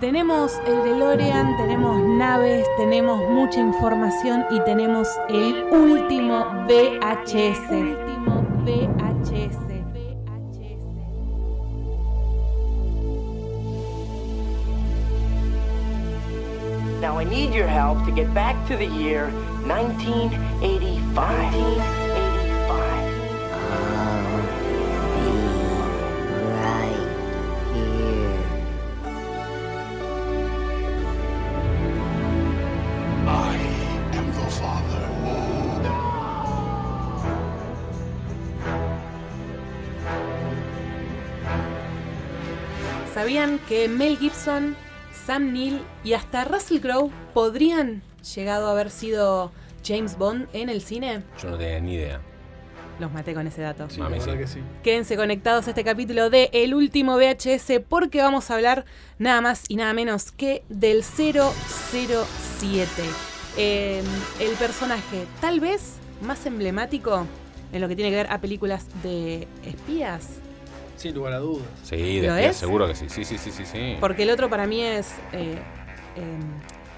Tenemos el DeLorean, tenemos naves, tenemos mucha información y tenemos el último VHS. El último VHS. Now I need your help to get back to the year 1985. 1985. I am the father. ¿Sabían que Mel Gibson, Sam Neill y hasta Russell Crowe podrían llegado a haber sido James Bond en el cine? Yo no tenía ni idea. Los maté con ese dato. Sí, Mami, la verdad sí. que sí. Quédense conectados a este capítulo de El último VHS porque vamos a hablar nada más y nada menos que del 007. Eh, el personaje tal vez más emblemático en lo que tiene que ver a películas de espías. Sin lugar a dudas. Sí, ¿Lo después es? seguro que sí. Sí, sí, sí, sí, sí. Porque el otro para mí es eh, em,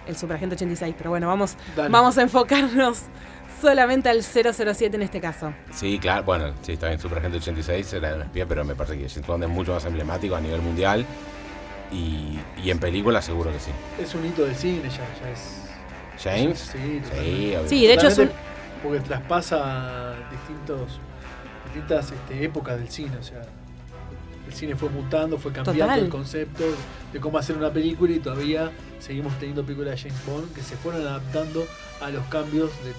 el Superagente 86. Pero bueno, vamos, Dale. vamos a enfocarnos solamente al 007 en este caso. Sí, claro. Bueno, sí, está bien. Superagente 86 era un espía, pero me parece que James Bond es mucho más emblemático a nivel mundial. Y, y en película seguro que sí. Es un hito del cine, ya, ya es. James. Sí, Sí, obvio. Sí, de hecho es un, Realmente, Porque traspasa distintos, distintas este, épocas del cine, o sea. El cine fue mutando, fue cambiando Total. el concepto de cómo hacer una película y todavía seguimos teniendo películas de James Bond que se fueron adaptando a los cambios de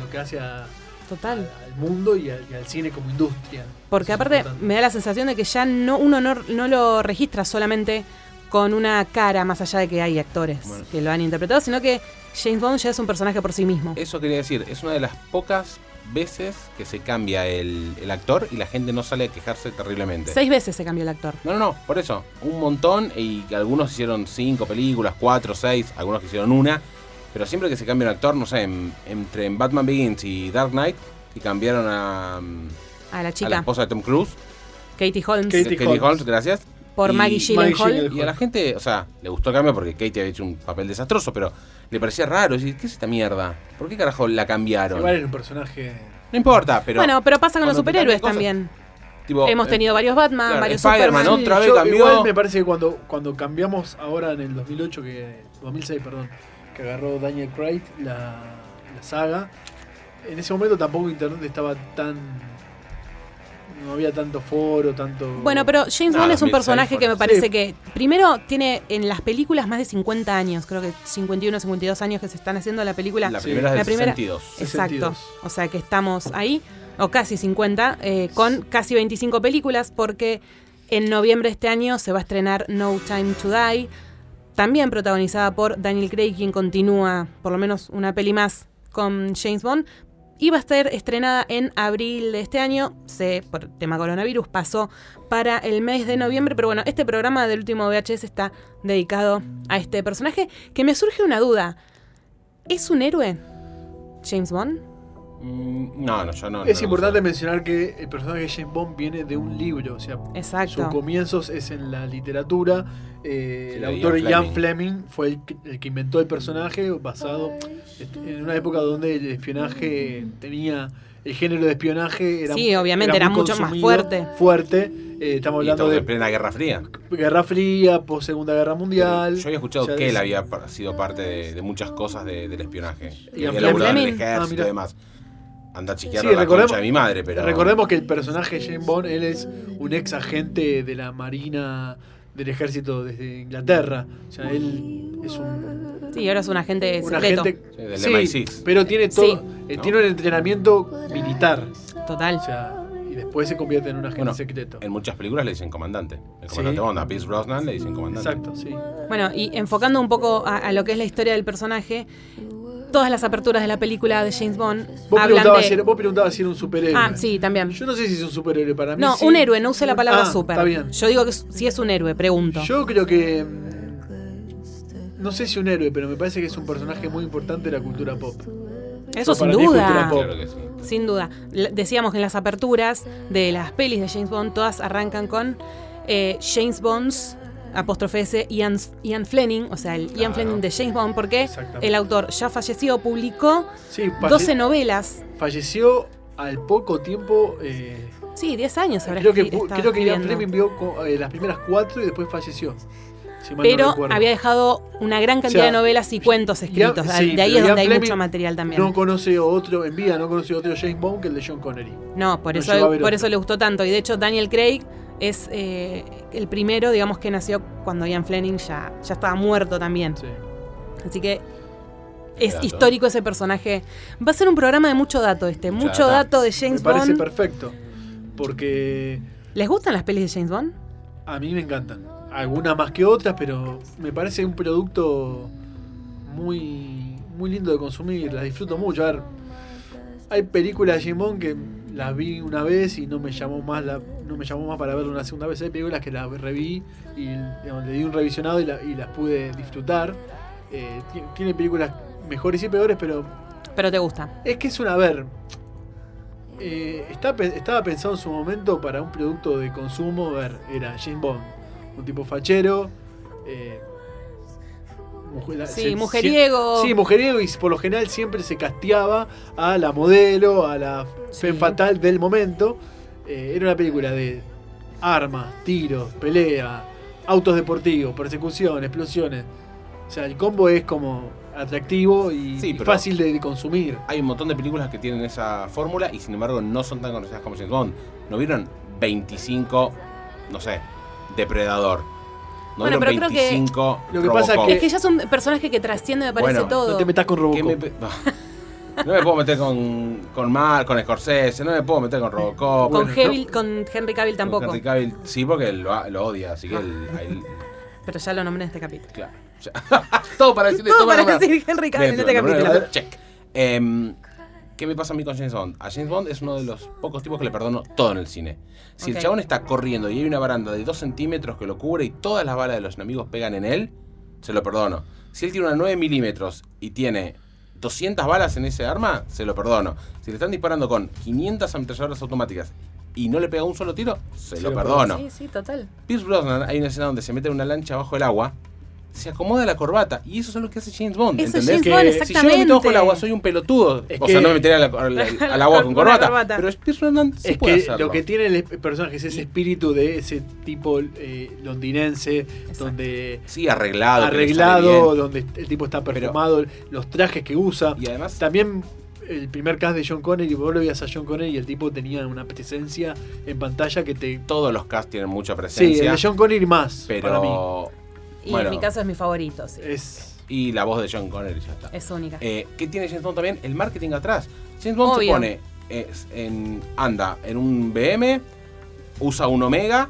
lo que hace a- total. al mundo y, al- y al cine como industria. Porque Eso es aparte importante. me da la sensación de que ya no, uno no, no lo registra solamente con una cara, más allá de que hay actores Bueno. que lo han interpretado, sino que James Bond ya es un personaje por sí mismo. Eso quería decir, es una de las pocas veces que se cambia el, el actor y la gente no sale a quejarse terriblemente. Seis veces se cambió el actor. No, no, no, por eso. Un montón y algunos hicieron cinco películas, cuatro, seis, algunos que hicieron una. Pero siempre que se cambia un actor, no sé, en- entre en Batman Begins y Dark Knight, que cambiaron a, mm, A la a la chica, esposa de Tom Cruise, Katie Holmes, Katie de Holmes. Holmes, gracias. por y- Maggie Gyllenhaal. Gyllenhaal. Y a la gente, o sea, le gustó el cambio porque Katie había hecho un papel desastroso, pero le parecía raro. decir, ¿Qué es esta mierda? ¿Por qué carajo la cambiaron? Igual era un personaje. No importa, pero. bueno, pero pasa con los cuando te cambian superhéroes también. tipo, Hemos eh, tenido varios Batman, claro, varios Spider-Man, Superman. ¿no? Otra vez Yo cambió. Igual me parece que cuando, cuando cambiamos ahora en el 2008, que, 2006, perdón, que agarró Daniel Craig la, la saga, en ese momento tampoco Internet estaba tan. No había tanto foro, tanto. Bueno, pero James Ah, Bond es un 2006 personaje que me fueron. parece Sí. que, primero, tiene en las películas más de 50 años, creo que 51, 52 años que se están haciendo la película. La Sí. primera es La del primera- 62. Exacto. 62. O sea que estamos ahí, o casi 50, eh, con casi 25 películas, porque en noviembre de este año se va a estrenar No Time to Die, también protagonizada por Daniel Craig, quien continúa por lo menos una peli más con James Bond. Y va a ser estrenada en abril de este año. Se, por tema coronavirus, pasó para el mes de noviembre. Pero bueno, este programa del último VHS está dedicado a este personaje. Que me surge una duda. ¿Es un héroe? James Bond. Mm, No, no, yo no. Es no, importante no. mencionar que el personaje de James Bond viene de un libro, o sea, Exacto. sus comienzos es en la literatura. eh, Sí, el de autor Ian Ian Fleming fue el que, el que inventó el personaje basado este, en una época donde el espionaje tenía el género de espionaje era, Sí, obviamente, era muy mucho más consumido, fuerte. Fuerte. eh, estamos Y estamos hablando en de plena Guerra Fría. Guerra Fría, post Segunda Guerra Mundial. Yo había escuchado O sea, que él es- había par- sido parte de, de muchas cosas de- del espionaje. Y Y había Ian laburado en el Fleming. Ah, ejército mira. y demás. Anda a chequear Sí, la recordemos- concha de mi madre, pero. Recordemos que el personaje de James Bond, él es un ex agente de la Marina del Ejército desde Inglaterra. O sea, él es un, Sí, ahora es un agente un secreto. agente. Sí, del sí, MI6. pero tiene todo. Sí. eh, No. Tiene un entrenamiento militar. Total. O sea, y después se convierte en un agente Bueno, secreto. En muchas películas le dicen comandante. El Sí. comandante Bond, a Pierce Brosnan le dicen comandante. Exacto, sí. Bueno, y enfocando un poco a, a lo que es la historia del personaje, todas las aperturas de la película de James Bond Vos hablan preguntabas, de. si era, vos preguntabas si era un superhéroe. Ah, sí, también. Yo no sé si es un superhéroe para mí. No, sí. un héroe, no usé la palabra Ah, super. Está bien. Yo digo que es- si es un héroe, pregunto. Yo creo que. mm, No sé si un héroe, pero me parece que es un personaje muy importante de la cultura pop. Eso sin para mí es cultura duda. pop. Claro que sí. Sin duda. La- Decíamos que en las aperturas de las pelis de James Bond todas arrancan con eh, James Bonds apóstrofe S, Ian, Ian Fleming, o sea, el Ian Claro. Fleming de James Bond, porque Exactamente. el autor ya fallecido publicó Sí, falle- 12 novelas. falleció al poco tiempo. eh, Sí, 10 años habrá creo que, escri- pu- estaba creo que Ian escribiendo. Fleming vio co- eh, las primeras cuatro y después falleció. si mal no Pero recuerdo. había dejado una gran cantidad O de sea, novelas y cuentos Ian- escritos. sí, de ahí pero es Ian donde hay Fleming mucho material también. No conoce otro, en vida no conoce otro James Bond que el de John Connery. No, por, No eso, llegó a ver por otro. eso le gustó tanto. Y de hecho, Daniel Craig es eh, el primero, digamos, que nació cuando Ian Fleming ya, ya estaba muerto también. Sí. Así que es Dato. histórico ese personaje. Va a ser un programa de mucho dato este, Mucha mucho data. dato de Me James parece Bond. perfecto. Porque ¿Les gustan las pelis de James Bond? a mí me encantan. Algunas más que otras, pero me parece un producto muy, muy lindo de consumir. Las disfruto mucho. A ver, hay películas de James Bond que las vi una vez y no me llamó más la, no me llamó más para verla una segunda vez. Hay películas que las reví y digamos, le di un revisionado y, la- y las pude disfrutar. Eh, ti- tiene películas mejores y peores, pero Pero te gusta. Es que es una, a ver. eh, está pe- estaba pensado en su momento para un producto de consumo. a ver, era James Bond, un tipo fachero. eh, mujer- Sí, se- mujeriego. sie- Sí, mujeriego, y por lo general siempre se casteaba a la modelo, a la Sí. femme fatal del momento. Eh, era una película de armas, tiros, pelea, autos deportivos, persecución, explosiones. O sea, el combo es como atractivo y, Sí, y pero- fácil de consumir. Hay un montón de películas que tienen esa fórmula y sin embargo no son tan conocidas como James Bond. ¿No vieron 25, no sé, Depredador? ¿No Bueno, pero creo vieron que- 25 Lo que pasa Robocop? Eh, Es que ya es un personaje que trasciende, me parece Bueno, todo. No te metas con ¿Qué Robocop. me pe- No me puedo meter con, con Mar, con Scorsese, no me puedo meter con Robocop. con, no- Hevil- con Henry Cavill tampoco. Ah. Henry Cavill, sí, porque lo, a- lo odia, así que él- a él- Pero ya lo nombré en este capítulo. claro, ya. todo para decirle, Todo todo para para nombrar. decir Henry Cavill en este Bien, capítulo. bueno, Check. Em, ¿Qué me pasa a mí con James Bond? A James Bond es uno de los pocos tipos que le perdono todo en el cine. Si Ok. el chabón está corriendo y hay una baranda de 2 centímetros que lo cubre y todas las balas de los enemigos pegan en él, se lo perdono. Si él tiene una 9 milímetros y tiene 200 balas en ese arma, se lo perdono. Si le están disparando con 500 ametralladoras automáticas y no le pega un solo tiro, se, lo, lo perdono. Sí, sí, total. Pierce Brosnan, hay una escena donde se mete en una lancha bajo el agua, se acomoda la corbata, y eso es lo que hace James Bond, Eso es ¿entendés? James Que Bond, si Eh, Si yo me exactamente. meto bajo el agua, soy un pelotudo. Es o sea, que- no me metería al- al, al- al agua con Con una corbata. corbata. Pero Pierce Brosnan sí es puede que hacerlo. lo que tiene el esp- personaje es ese espíritu de ese tipo eh, londinense, donde Sí, arreglado. que le sale arreglado, bien. donde el tipo está perfumado, los trajes que usa. Y además, También el primer cast de John Connery, vos lo veías a John Connery y el tipo tenía una presencia en pantalla que te... todos los cast tienen mucha Sí, el presencia. de John Connery más, para mí. pero. Y Bueno. en mi caso es mi favorito, sí. Es, Y la voz de John Connery ya está. Es única. Eh, ¿Qué tiene James Bond también? El marketing atrás. James Bond Obvio. se pone, es, en, anda en un BM, usa un Omega,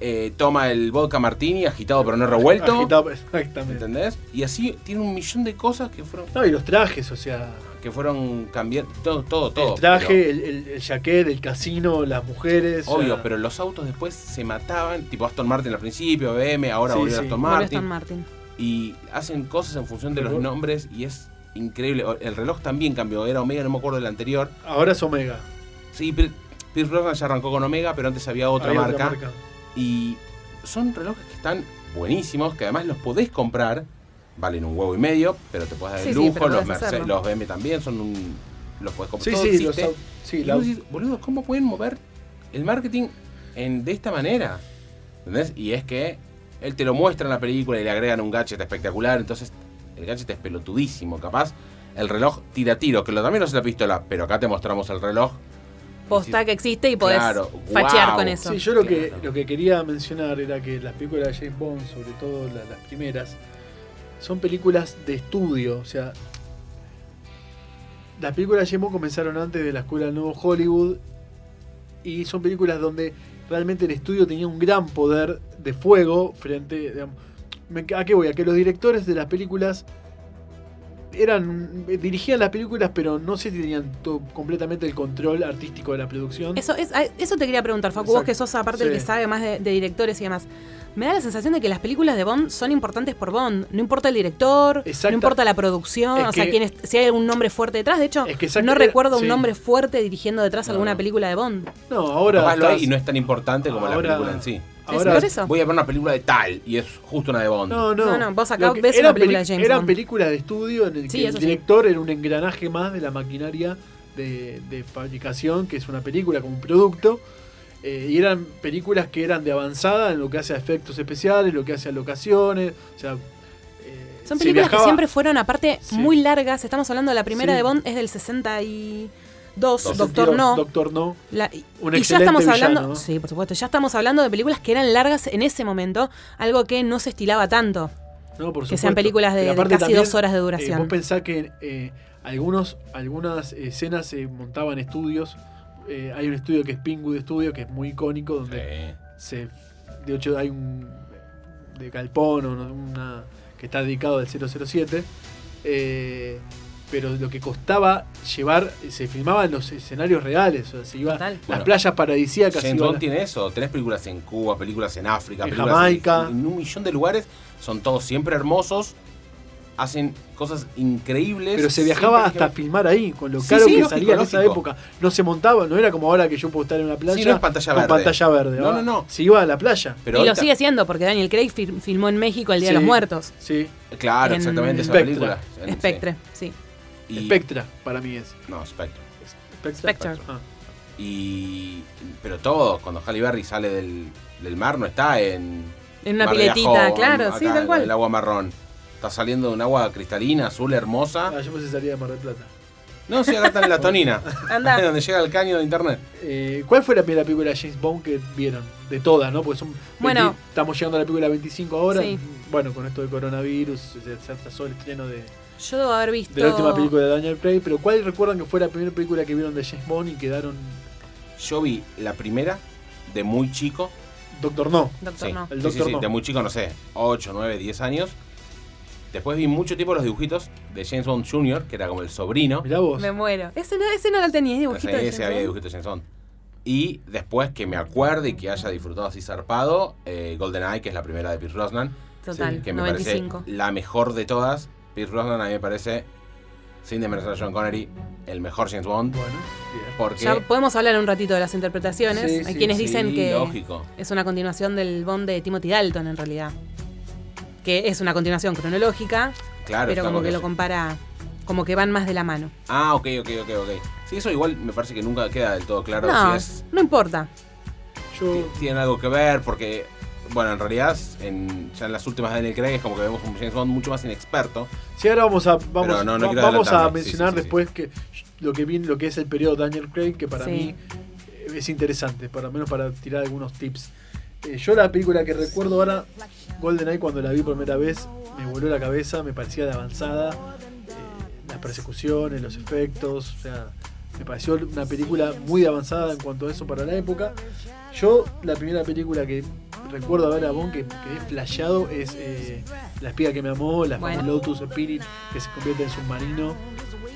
eh, toma el vodka martini agitado pero no revuelto. agitado- exactamente. ¿Entendés? Y así tiene un millón de cosas que fueron, No, y los trajes, o sea... que fueron cambiando. Todo, todo, todo. el traje, eh, pero- el, el- el jaquet, el casino, las mujeres. o sea, obvio, pero los autos después se mataban. Tipo Aston Martin al principio, BM, ahora Sí, volvió sí. Aston Volvió Martin. Aston Martin. y hacen cosas en función de los Reloj. nombres y es increíble. O- El reloj también cambió, era Omega, no me acuerdo del anterior. Ahora es Omega. Sí, Pier- Pierce Brosnan ya arrancó con Omega, pero antes había otra, Había marca, Y son relojes que están buenísimos, que además los podés comprar, valen un huevo y medio, pero te puedes dar el Sí, sí, lujo, pero los, podés Merce- hacerlo. los BM también son un... Los podés comprar. Sí, todo sí, los existe. au- sí, Y la- vos decís, boludo, ¿cómo pueden mover el marketing en- de esta manera? ¿Entendés? Y es que él te lo muestra en la película y le agregan un gadget espectacular, entonces el gadget es pelotudísimo, capaz. El reloj tira tiro, que lo también lo hace la pistola, pero acá te mostramos el reloj. Posta que existe y podés Claro, fachear guau. con eso. Sí, yo lo, que, Claro. lo que quería mencionar era que las películas de James Bond, sobre todo la- las primeras, son películas de estudio. O sea, las películas de James Bond comenzaron antes de la escuela del nuevo Hollywood y son películas donde realmente el estudio tenía un gran poder de fuego frente. digamos, me- ¿A qué voy? A que los directores de las películas eran eh, dirigían las películas pero no sé si tenían to- completamente el control artístico de la producción Eso, es, ah, eso te quería preguntar, Facu, vos Exacto. que sos aparte el Sí. que sabe más de, de directores y demás. Me da la sensación de que las películas de Bond son importantes por Bond. No importa el director, Exacto. no importa la producción, Es o sea, que- quién es- si hay algún nombre fuerte detrás. De hecho, Es que exacto- no era- recuerdo un sí. nombre fuerte dirigiendo detrás No, alguna no. película de Bond. No, ahora. Capaz lo hay estás- y no es tan importante como la ahora- película en sí. Ahora- por eso. Voy a ver una película de tal y es justo una de Bond. No, no. No, no, vos acá Lo que ves era una película peli- de James Era Bond. película de estudio en el que Sí, el eso sí. director era un engranaje más de la maquinaria de, de fabricación, que es una película como un producto. Eh, y eran películas que eran de avanzada en lo que hace a efectos especiales, lo que hace a locaciones. O sea, eh, Son se películas viajaba- que siempre fueron, aparte, Sí. muy largas. Estamos hablando de la primera Sí. de Bond, es del 62, Dos. Doctor No. Doctor No. La- y Un ya excelente estamos villano, hablando, ¿no? sí, por supuesto, ya estamos hablando de películas que eran largas en ese momento, algo que no se estilaba tanto. No, por Que sean supuesto. películas de- Pero de aparte casi dos horas de duración. eh, vos pensás que eh, algunos, algunas escenas se montaban en estudios. Eh, hay un estudio que es Pinkwood Studio, que es muy icónico, Sí. donde se, de hecho hay un de galpón o no- una que está dedicado al 007. eh, pero lo que costaba llevar, se filmaba en los escenarios reales, o sea, se iba a Total. las Bueno, playas paradisíacas. se James iba a Bond la- tiene eso. Tenés películas en Cuba, películas en África, En películas Jamaica. En, en un millón de lugares. Son todos siempre hermosos. Hacen cosas increíbles. Pero se viajaba Siempre hasta que- filmar ahí, con lo Sí, caro sí, que lógico, salía en esa lógico. época. No se montaba, no era como ahora que yo puedo estar en una playa Sí, no es pantalla con verde. pantalla verde. No, ¿va? no, no. Se iba a la playa. Pero y lo ahorita- sigue siendo, porque Daniel Craig fir- filmó en México el Día Sí. de los Muertos. Sí, Claro, en exactamente, esa Spectre. película. Sí. Spectre, sí. Y- Spectra para mí es. No, Spectre. Spectra. Spectre. Ah. Y. Pero todo, cuando Halle Berry sale del, del mar, no está en. En una mar de piletita, Ajó, claro, acá, sí, tal En el cual. agua marrón. Está saliendo de un agua cristalina, azul, hermosa. Ah, yo pensé salía de Mar del Plata. No, sí, acá está en la tonina. Andá. donde llega el caño de internet. Eh, ¿Cuál fue la primera película de James Bond que vieron? De todas, ¿no? Porque son 20 Bueno. estamos llegando a la película 25 ahora. Sí. Bueno, con esto de coronavirus, se se atrasó el estreno de, Yo debo haber visto. de la última película de Daniel Craig. Pero ¿cuál recuerdan que fue la primera película que vieron de James Bond y quedaron Yo vi la primera de muy chico. Doctor No? Doctor sí, No. El sí, Doctor sí, sí, No. de muy chico, no sé, 8, 9, 10 años. Después vi mucho tiempo los dibujitos de James Bond Jr., que era como el sobrino. Mirá vos. Me muero. Ese no, ese no lo tenía, es dibujito. Ese- de ese James había Bond. dibujitos de James Bond. Y después que me acuerde y que haya disfrutado así zarpado, eh, GoldenEye, que es la primera de Pierce Brosnan. Total, que me 95. parece la mejor de todas. Pierce Brosnan a mí me parece, sin desmerecer a John Connery, el mejor James Bond. Bueno, bien. Porque Ya podemos hablar un ratito de las interpretaciones. Sí, Hay sí, quienes sí, dicen que lógico. es una continuación del Bond de Timothy Dalton, en realidad. Que es una continuación cronológica, Claro, pero está como que porque- lo compara, como que van más de la mano. Ah, ok, ok, ok, ok. Sí, eso igual me parece que nunca queda del todo claro no, si es no importa. Oh, Yo, ti- tienen algo que ver, porque, bueno, en realidad, en, ya en las últimas de Daniel Craig es como que vemos un James Bond mucho más inexperto. si ahora vamos a no, vamos, no va- quiero vamos a adelantarme. Sí, mencionar sí, sí, sí. después que lo que vi, lo que es el periodo Daniel Craig, que para Sí. mí eh, es interesante, para menos para tirar algunos tips. Eh, yo la película que recuerdo ahora, GoldenEye, cuando la vi por primera vez, me voló la cabeza, me parecía de avanzada, eh, las persecuciones, los efectos, o sea, me pareció una película muy de avanzada en cuanto a eso para la época. Yo, la primera película que recuerdo haber a Bond que, que he flasheado es eh, La espiga que me amó, la Bueno. Lotus Spirit que se convierte en submarino.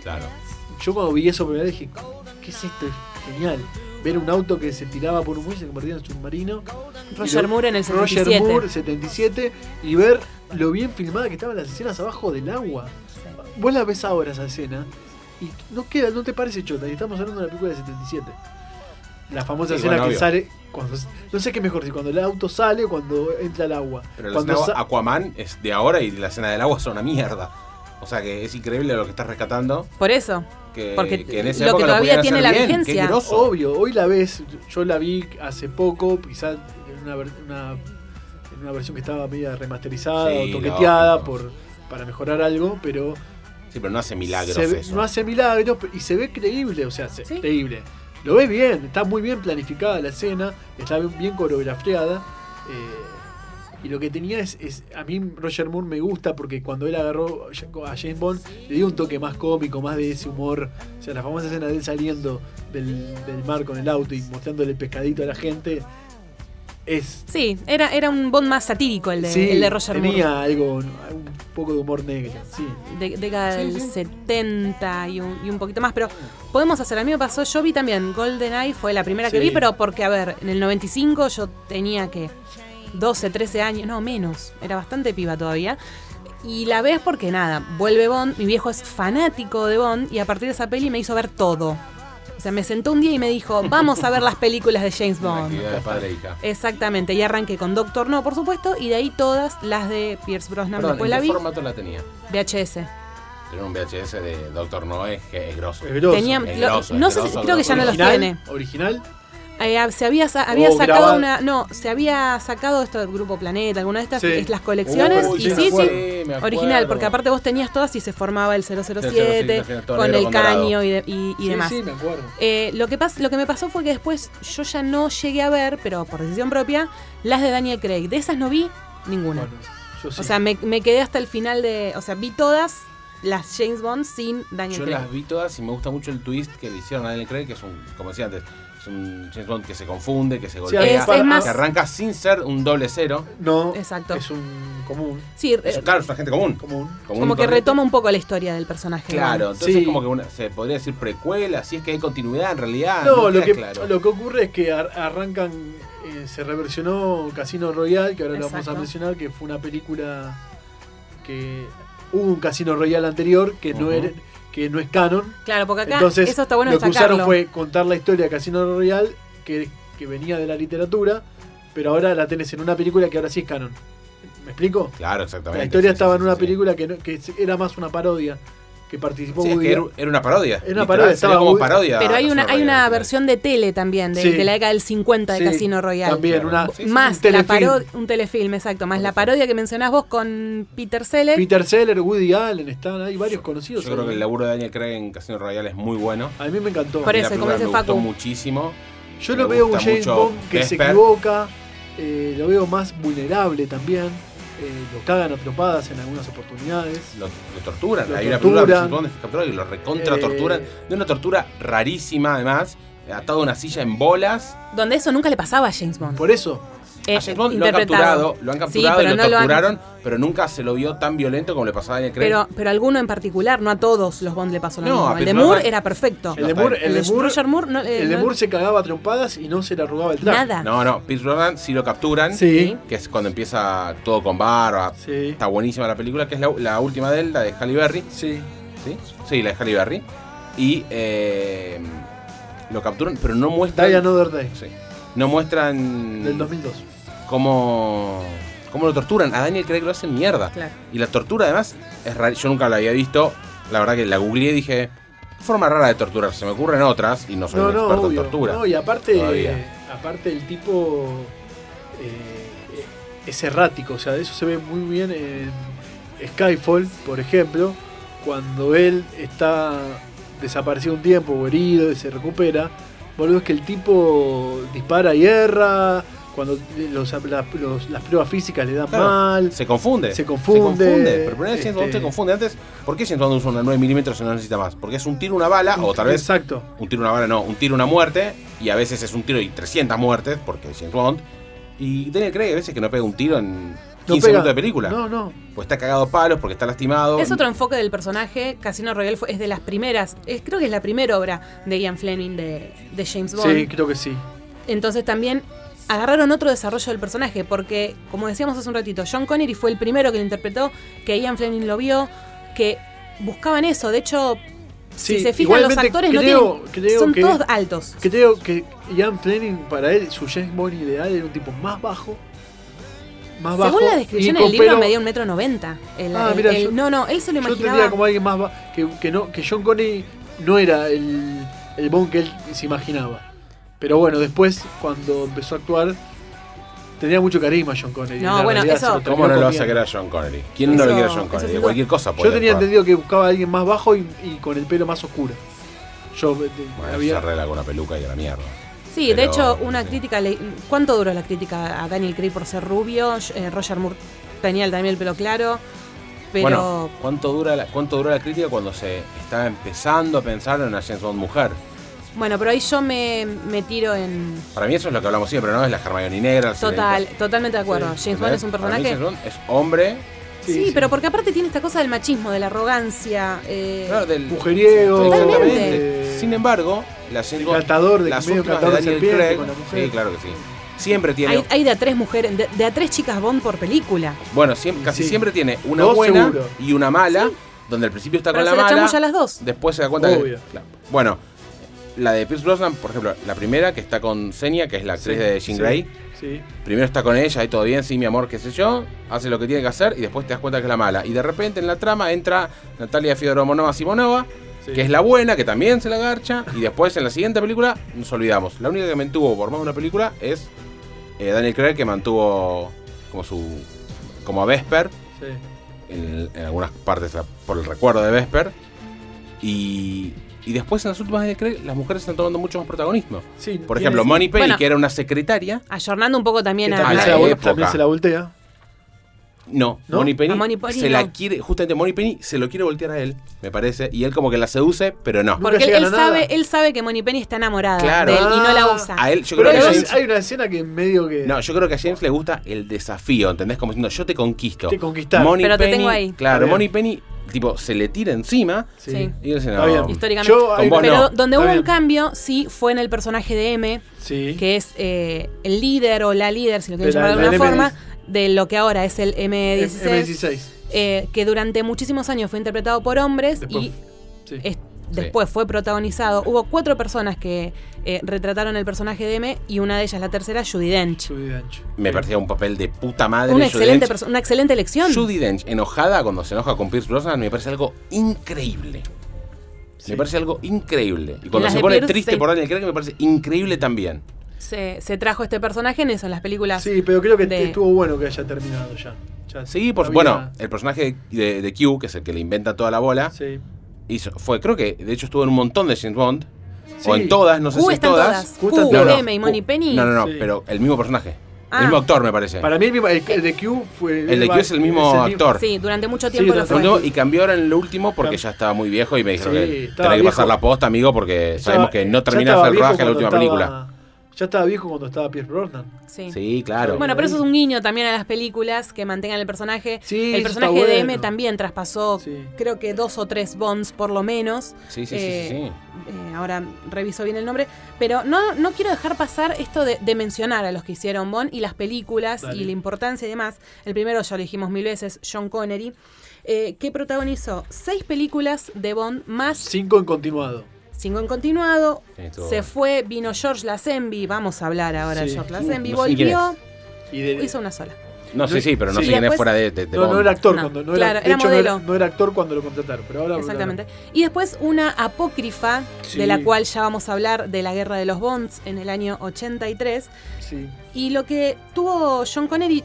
Claro. Yo cuando vi eso primera vez dije, ¿qué es esto? Es genial. Ver un auto que se tiraba por un muelle y se convertía en submarino. Roger Y lo- Moore en el Roger 77. Moore, 77. Y ver lo bien filmada que estaban las escenas abajo del agua. Vos la ves ahora esa escena y no queda, no te parece chota. Y estamos hablando de la película del 77. La famosa Sí, escena bueno, que obvio. sale cuando... No sé qué mejor, si cuando el auto sale o cuando entra el agua. Pero la cuando escena de sa- Aquaman es de ahora y la escena del agua son una mierda. O sea que es increíble lo que estás rescatando. Por eso. Que, Porque que en esa lo que época todavía podían tiene hacer la bien, qué vigencia. groso. Obvio, hoy la ves, yo la vi hace poco, quizás en una, ver- una- en una versión que estaba media remasterizada Sí, o toqueteada lógico. por, para mejorar algo, pero Sí, pero no hace milagros se ve- eso. no hace milagros pe- y se ve creíble, o sea, se- Sí. creíble. Lo ves bien, está muy bien planificada la escena, está bien, bien coreografiada. eh, y lo que tenía es, es- A mí Roger Moore me gusta porque cuando él agarró a James Bond le dio un toque más cómico, más de ese humor. O sea, la famosa escena de él saliendo del, del mar con el auto y mostrándole el pescadito a la gente. Es. Sí, era, era un Bond más satírico el de, sí, el de Roger tenía Moore. algo, un poco de humor negro. Sí. De, década del 70 y un, y un poquito más, pero podemos hacer. A mí me pasó, yo vi también GoldenEye, fue la primera que Sí. vi, pero porque, a ver, en el 95 yo tenía que 12, 13 años, no menos, era bastante piba todavía. Y la ves porque nada, vuelve Bond, mi viejo es fanático de Bond y a partir de esa peli me hizo ver todo. O sea, me sentó un día y me dijo, vamos a ver las películas de James Una Bond. actividad de padre e Eh, hija. Exactamente, y arranqué con Doctor No, por supuesto, y de ahí todas las de Pierce Brosnan. Perdón, Después la ¿en qué vi, formato la tenía? VHS. Tener un VHS de Doctor No es, que es grosso. Es grosso. Tenía- es lo- grosso, no es sé si- grosso, creo que ya no los Original, tiene. Original. Eh, ah, se había, sa- había O sacado grabado. una. No, se había sacado esto del Grupo Planeta, alguna de estas Sí. es las colecciones. Uy, y sí, sí, me sí, acuerdo. me acuerdo. original, porque aparte vos tenías todas y se formaba el 007, 007, todo con negro el con dorado. caño y, de- y- y sí, demás. sí, me acuerdo. Eh, lo, que pas- lo que me pasó fue que después yo ya no llegué a ver, pero por decisión propia, las de Daniel Craig. De esas no vi ninguna. Bueno, yo sí. O sea, me, me quedé hasta el final de. O sea, vi todas las James Bond sin Daniel Yo Craig. las vi todas y me gusta mucho el twist que le hicieron a Daniel Craig, que es un, como decía antes, es un James Bond que se confunde, que se golpea, hay Es- es más- que arranca sin ser un doble cero. no, Exacto. es un común. Sí, Es, eh, claro, es una gente común. común. Como, como un que torneo. retoma un poco la historia del personaje. Claro, entonces Sí. es como que una- se podría decir precuela, si es que hay continuidad en realidad. No, lo, Ah, queda que, claro. lo que ocurre es que ar- arrancan, eh, se reversionó Casino Royale, que ahora lo vamos a Exacto. mencionar, que fue una película que hubo un Casino Royale anterior que no Ujú. era, que no es canon. Claro, porque acá Entonces, eso está bueno lo que destacarlo. usaron fue contar la historia de Casino Royale, que, que venía de la literatura, pero ahora la tenés en una película que ahora sí es canon. ¿Me explico? Claro, exactamente. La historia sí, estaba sí, en sí, una sí. película que, no- que era más una parodia, que participó Sí, es Woody que era, Allen. era una parodia. Era una literal, parodia, sería estaba como muy- parodia. Pero hay Casino una, hay Royale, una literal. versión de tele también, de, Sí. de la década del 50 de Sí, Casino Royale. También, claro. una, Sí, Más un la telefilm. parodia, un telefilm, exacto. Más la parodia que mencionás vos con Peter Selleck. Peter Seller, Woody Allen, están, hay varios Yo conocidos. creo que el laburo de Daniel Craig en Casino Royale es muy bueno. A mí me encantó. Por Y eso, la como película dice me gustó Facu. muchísimo. Yo me lo veo un gusta James mucho Bond que se Vesper. equivoca, eh, lo veo más vulnerable también, eh, lo cagan atropadas en algunas oportunidades. Lo, lo torturan. Lo hay una torturan. película de James Bond que captura y lo recontra Eh, torturan. De una tortura rarísima, además. Atado a una silla en bolas. Donde eso nunca le pasaba a James Bond. Por eso, Eh, a James Bond lo han interpretado. capturado, lo han Sí, capturado pero y lo no lo han- torturaron, pero nunca se lo vio tan violento como le pasaba a Daniel Craig. Pero, pero alguno en particular, no a todos los Bond le pasó lo No, mismo. a El de Peter Moore Pan- era perfecto. el de está Moore, bien. el de Moore- Roger Moore no, eh, el de no- Moore se cagaba a trompadas y no se le arrugaba el traje. nada. No, no, Pierce Brosnan sí lo capturan, Sí, que es cuando empieza todo con barba. sí, Está buenísima la película, que es la, la última de él, la de Halle Berry. sí. ¿Sí? Sí, la de Halle Berry. Y eh, lo capturan, pero no muestran. Die Another Day, Sí. No muestran del 2002. cómo, cómo lo torturan. A Daniel Craig lo hacen mierda. Claro. Y la tortura, además, es rara. Yo nunca la había visto. La verdad que la googleé y dije. Forma rara de torturar. Se me ocurren otras y no soy No, un no, experto obvio. en tortura. No, y aparte, Todavía. aparte el tipo eh, es errático, o sea, eso se ve muy bien en Skyfall, por ejemplo, cuando él está desaparecido un tiempo o herido y se recupera, boludo, es que el tipo dispara y erra, cuando los- la- los- las pruebas físicas le dan Claro. mal, Se confunde. Se confunde. Se confunde. Pero primero James Bond Este- se confunde. Antes, ¿por qué James Bond usa una 9 milímetros y no necesita más? Porque es un tiro, una bala, o tal vez Exacto. un tiro, una bala, no, un tiro, una muerte. Y a veces es un tiro y 300 muertes, porque es James Bond. Y Daniel Craig a veces que no pega un tiro en 15 No pega. minutos de película. No, no. Pues está cagado a palos porque está lastimado. Es otro enfoque del personaje. Casino Royale fue- es de las primeras, es- creo que es la primera obra de Ian Fleming de, de James Bond. Sí, creo que sí. Entonces también agarraron otro desarrollo del personaje, porque como decíamos hace un ratito, John Connery fue el primero que lo interpretó, que Ian Fleming lo vio, que buscaban eso. De hecho, si Sí, se fijan los igualmente actores no creo- tienen, creo son que- todos altos. Creo que Ian Fleming, para él, su James Bond ideal era un tipo más bajo. Más bajo. Según la descripción en el libro pelo- medía un metro noventa. El- Ah, el- mirá, el- yo- no, no, él se lo Yo entendía imaginaba. como alguien más bajo. Que, que no, que John Connery no era el, el Bond que él se imaginaba. Pero bueno, después, cuando empezó a actuar, tenía mucho carisma John Connery. No, en la bueno, realidad eso- ¿Cómo se lo no terminó lo vas a comiendo. querer a John Connery? ¿Quién no Eso- lo quiere a John eso Connery? sin De duda. cualquier cosa Yo podría tenía actuar. entendido que buscaba a alguien más bajo y, y con el pelo más oscuro. Yo eh, Bueno, se había. arregla con una peluca y a la mierda. Sí, de Pero- hecho, una sí. crítica. le- ¿Cuánto duró la crítica a Daniel Craig por ser rubio? Eh, Roger Moore tenía también el pelo claro. Pero. Bueno, ¿cuánto dura, la, ¿cuánto dura la crítica cuando se estaba empezando a pensar en una James Bond mujer? Bueno, pero ahí yo me, me tiro en. Para mí eso es lo que hablamos siempre, ¿no? Es la Hermione negra. el Total, sirenita. totalmente de acuerdo. Sí, James Bond es un Para mí personaje. James Bond es hombre, Sí, pero porque aparte tiene esta cosa del machismo, de la arrogancia. eh, claro, del... Mujeriego. Totalmente. eh, Sin embargo, la James Bond... Catador de- las medio últimas catador de Daniel serpiente Craig- con la mujer. Sí, claro que sí. Siempre tiene... hay, hay de a tres mujeres, de, de a tres chicas Bond por película. Bueno, siempre- casi Sí. siempre tiene una Dos buena seguro. y una mala, donde al principio está Pero con se la la mala. chamulla a las dos. Después se da cuenta Obvio. que. claro. Bueno, la de Pierce Brosnan, por ejemplo, la primera que está con Senia, que es la actriz Sí, de Jean sí, Grey. Sí. Primero está con ella, y todo bien, sí, mi amor, qué sé yo. Hace lo que tiene que hacer y después te das cuenta que es la mala. Y de repente en la trama entra Natalia Fioromonova Simonova, sí. que es la buena, que también se la garcha. Y después en la siguiente película nos olvidamos. La única que mantuvo por más de una película es eh, Daniel Craig, que mantuvo como su. como a Vesper Sí. en, en algunas partes a- por el recuerdo de Vesper. Y, y después en las últimas de Craig, las mujeres están tomando mucho más protagonismo. Sí, Por tiene- ejemplo, Money Penny, Bueno. que era una secretaria. Ayornando un poco que también a, también, Ah, se la, la vol- época. también se la voltea. No, ¿No? Money Penny, A Money Penny se la no. quiere, justamente Money Penny se lo quiere voltear a él, me parece, y él como que la seduce, pero no. Nunca porque él, llegan él a nada. sabe, él sabe que Moni Penny está enamorada Claro. de él y no la Ah. usa. A él, yo Pero creo que hay, a una- James, hay una escena que en medio que. no, yo creo que a James le gusta el desafío, ¿entendés? Como diciendo, yo te conquisto. Te conquistar. Money Pero te Penny- tengo ahí. Está Claro, bien. Money Penny, tipo, se le tira encima Sí. Sí. y dice, Está no. bien. Históricamente. Yo, Con hay vos una- Pero no. donde Está hubo bien. un cambio, sí, fue en el personaje de M, Sí. que es eh, el líder o la líder, si lo quieren De la- llamar de la alguna M16. forma, de lo que ahora es el M16, M- M16. eh, que durante muchísimos años fue interpretado por hombres Después- y este sí. es- después fue protagonizado. Hubo cuatro personas que eh, retrataron el personaje de M y una de ellas, la tercera, Judy Dench. Judy Dench. Me parecía un papel de puta madre. Una Judi excelente, Dench. perso- una excelente elección. Judi Dench enojada cuando se enoja con Pierce Brosnan me parece algo increíble. Sí. Me parece algo increíble. Y cuando Las se de pone Pierce, triste sí. por Daniel Craig me parece increíble también. Se, se trajo este personaje en eso, en las películas. Sí, pero creo que de- estuvo bueno que haya terminado ya. Ya Sí, por había- bueno, el personaje de, de- de Q, que es el que le inventa toda la bola, Sí. hizo- fue, creo que de hecho estuvo en un montón de James Bond. Sí. O en todas, no sé Q si están todas. todas. Q, Justo- No, no, M y Money Q- Penny. No, no, no, Sí. pero el mismo personaje. Ah. El mismo actor, me parece. Para mí el, mismo- el- el de Q fue. El de Q es el mismo actor. Sí, durante mucho Sí, tiempo lo durante Lo fue. último, y cambió ahora en el último porque Claro. ya estaba muy viejo y me dijeron Sí, que estaba tenés que viejo. pasar la posta, amigo, porque sabemos que no terminás terminaba el rodaje en la última película. Ya estaba viejo cuando estaba Pierce Brosnan. Sí. Sí, claro. Bueno, pero eso es un guiño también a las películas que mantengan el personaje. Sí, el eso está personaje de M bueno. también traspasó, Sí. creo que dos o tres Bonds por lo menos. sí, sí, sí, sí, Eh, sí. eh, ahora reviso bien el nombre. Pero no, no quiero dejar pasar esto de, de mencionar a los que hicieron Bond y las películas Dale. y la importancia y demás. El primero, ya lo dijimos mil veces, John Connery, eh, que protagonizó seis películas de Bond más Cinco en continuado. cinco en continuado. Sí, estuvo Se bueno. fue, vino George Lazenby, vamos a hablar ahora de Sí. George Lazenby, No sé ni quién volvió, Y de- hizo una sola. No, sí, sí, pero no Sí. sé quién es Después- fuera de, de- de no, Bond. no era actor No, cuando no claro, era, de era hecho, no era- modelo. no era actor cuando lo contrataron, pero ahora Exactamente. Y después una apócrifa, Sí. de la cual ya vamos a hablar, de la guerra de los Bonds en el año 83. Sí. Y lo que tuvo John Connery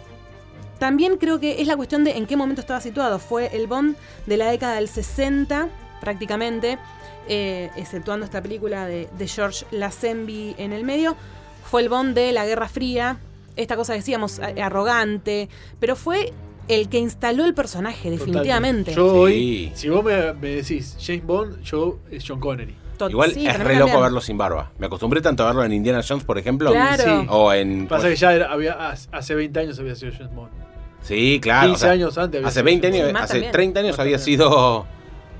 también creo que es la cuestión de en qué momento estaba situado. Fue el Bond de la década del 60, prácticamente, eh, exceptuando esta película de, de George Lazenby en el medio. Fue el Bond de la Guerra Fría, esta cosa decíamos a- arrogante, pero fue el que instaló el personaje, definitivamente. Totalmente. Yo Sí. hoy, si vos me, me decís James Bond, yo es John Connery. To- Igual sí, es para mí re loco también. verlo sin barba. Me acostumbré tanto a verlo en Indiana Jones, por ejemplo. Claro. Sí. O en. Pasa que ya era- había, hace 20 años había sido James Bond. Sí, claro. 15 o sea, años antes. había Hace sido 20 James años, Sí, más hace también. 30 años Más había también. sido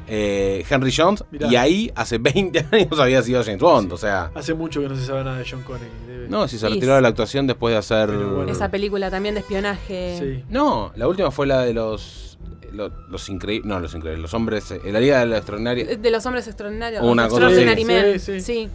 eh, Henry Jones Mirá. y ahí hace 20 años había sido James Bond. O sea, Bond. Hace mucho que no se sabe nada de John Connery. debe- no, si se Sí, retiró sí. de la actuación después de hacer. Pero bueno. Esa película también de espionaje. Sí. No, la última fue la de los. Los, los increíbles. No, los increíbles. Los hombres. eh, la Liga de la Extraordinaria. De los hombres extraordinarios. Una cosa Extraordinary así. Men, Sí, sí. sí.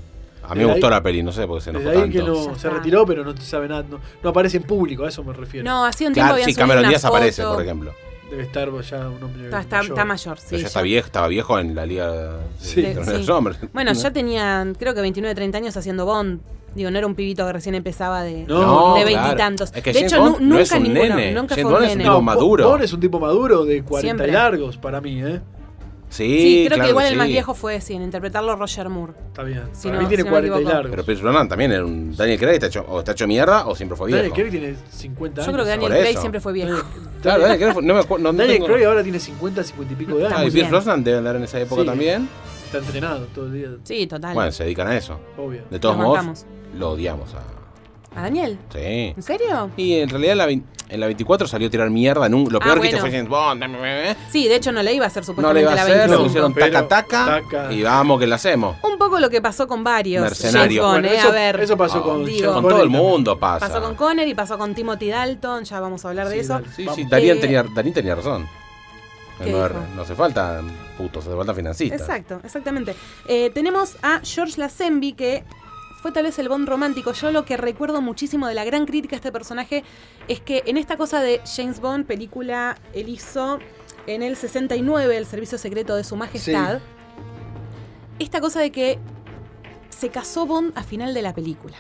A mí me Desde gustó ahí- la peli, no sé por qué se enojó Desde ahí que tanto. no Ya se está. retiró, pero no se sabe nada. No, no aparece en público, a eso me refiero. No, hacía un tiempo Claro, habían sí, subido Cameron una Díaz aparece, foto. por ejemplo. Debe estar ya un hombre. Está, está- está mayor, sí. Pero ya está ya. viejo, estaba viejo en la Liga de Sí. de Sí. los Hombres. Bueno, ¿No? ya tenían, creo que 29, 30 años haciendo Bond. Digo, no era un pibito que recién empezaba de, No, de claro. veintitantos. Es que de James hecho, nu- Bond nunca no es un ninguno, nene. nunca James fue Bond un es un nene. tipo Bo- maduro. Bond es un tipo maduro de 40 Siempre. largos para mí, ¿eh? Sí, sí, creo claro que igual el sí. más viejo fue, sí, en interpretarlo Roger Moore. Está bien. Si para no- mí tiene si no me 40 y equivoco. largos. Pero Pierce Brosnan también era un Daniel Craig, está hecho, o está hecho mierda o siempre fue viejo. Daniel Craig tiene 50 Yo años. creo que Daniel Por Craig eso. siempre fue viejo. Claro, Daniel Craig fue- no me acuerdo. No, no Daniel tengo- Craig ahora tiene 50, 50 y pico de Ah, y años. bien. Pierce Brosnan debe andar en esa época Sí. también. Está entrenado todo el día, Sí, total. Bueno, se dedican a eso. obvio. De todos Lo modos, bancamos. lo odiamos a. ¿A Daniel? Sí. ¿En serio? Y en realidad en la, vein- en la 24 salió a tirar mierda. en un- lo Ah, peor que hizo bueno. fue James Bond. dame, dame, dame. Sí, de hecho no le iba a hacer No le supuestamente iba a la hacer, le 25. pusieron pero- taca, taca taca. Y vamos que la hacemos. Un poco lo que pasó con varios. James Mercenario. Bond, Bueno, eh, eso, a ver. eso pasó Ah, digo, con, James Con Connery todo el también. mundo pasa. Pasó con Connery, pasó con Timothy Dalton, ya vamos a hablar de Sí, eso. dale. Sí, Vamos. sí, Darín Eh, tenía, Darín tenía razón. ¿Qué No, dijo? no hace falta putos, hace falta financistas. Exacto, exactamente. Eh, tenemos a George Lazenby, que fue tal vez el Bond romántico. Yo lo que recuerdo muchísimo de la gran crítica a este personaje es que en esta cosa de James Bond, película, él hizo en el 69 el servicio secreto de su majestad. Esta cosa de que se casó Bond a final de la película.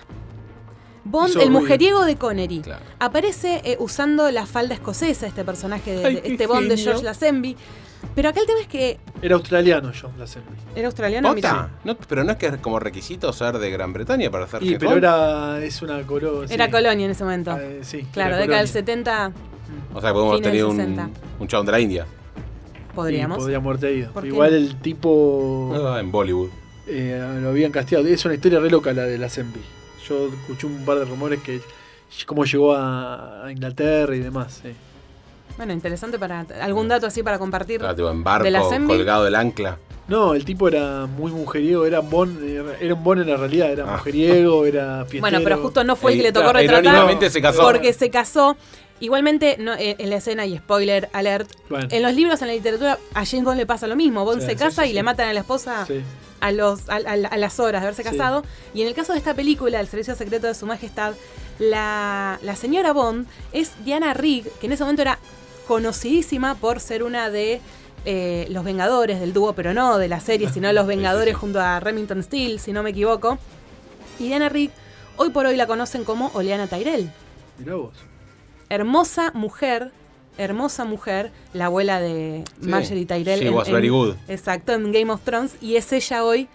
Bond, Hizo el ruido. mujeriego de Connery. Claro. Aparece eh, usando la falda escocesa este personaje de, Ay, de qué este Bond de genio. George Lazenby. Pero acá el tema es que Era australiano John Lazenby. era australiano, mira. ¿Posta? No, pero no es que es como requisito ser de Gran Bretaña para ser Y, jefe pero Bond. era. Es una coro. sí. Era colonia en ese momento. Eh, sí, claro, era década del colonia. 70 O sea, podemos fines tener del un, 60. un chabón de la India. podríamos. Y podríamos haberte ido. ¿Por qué Igual no? el tipo Ah, en Bollywood. eh, lo habían casteado. Es una historia re loca la de la Sembi. Yo escuché un par de rumores que cómo llegó a, a Inglaterra y demás. sí. Bueno, interesante para algún dato así para compartir. Ah, tipo, en ¿De la barco, Zenby? colgado del ancla. No, el tipo era muy mujeriego, era bon, era un bon en la realidad, era Ah. mujeriego, este era fiestero. bueno, pero justo no fue el que Eh, le tocó claro, retratar Irónicamente se casó. porque se casó. Igualmente, no, eh, en la escena, y spoiler alert, Bueno, en los libros, en la literatura, a James Bond le pasa lo mismo. Bond Sí, se sí, casa sí, y sí. le matan a la esposa sí. a, los, a, a- a las horas de haberse Sí. casado. Y en el caso de esta película, El Servicio Secreto de Su Majestad, la, la señora Bond es Diana Rigg, que en ese momento era conocidísima por ser una de eh, los Vengadores del dúo, pero no de la serie, sino los Vengadores Ah, sí. junto a Remington Steele, si no me equivoco. Y Diana Rigg, hoy por hoy la conocen como Oleana Tyrell. Mirá vos. Hermosa mujer. Hermosa mujer, la abuela de Sí. Marjorie Tyrell. She was very good. Exacto, en Game of Thrones. Y es ella hoy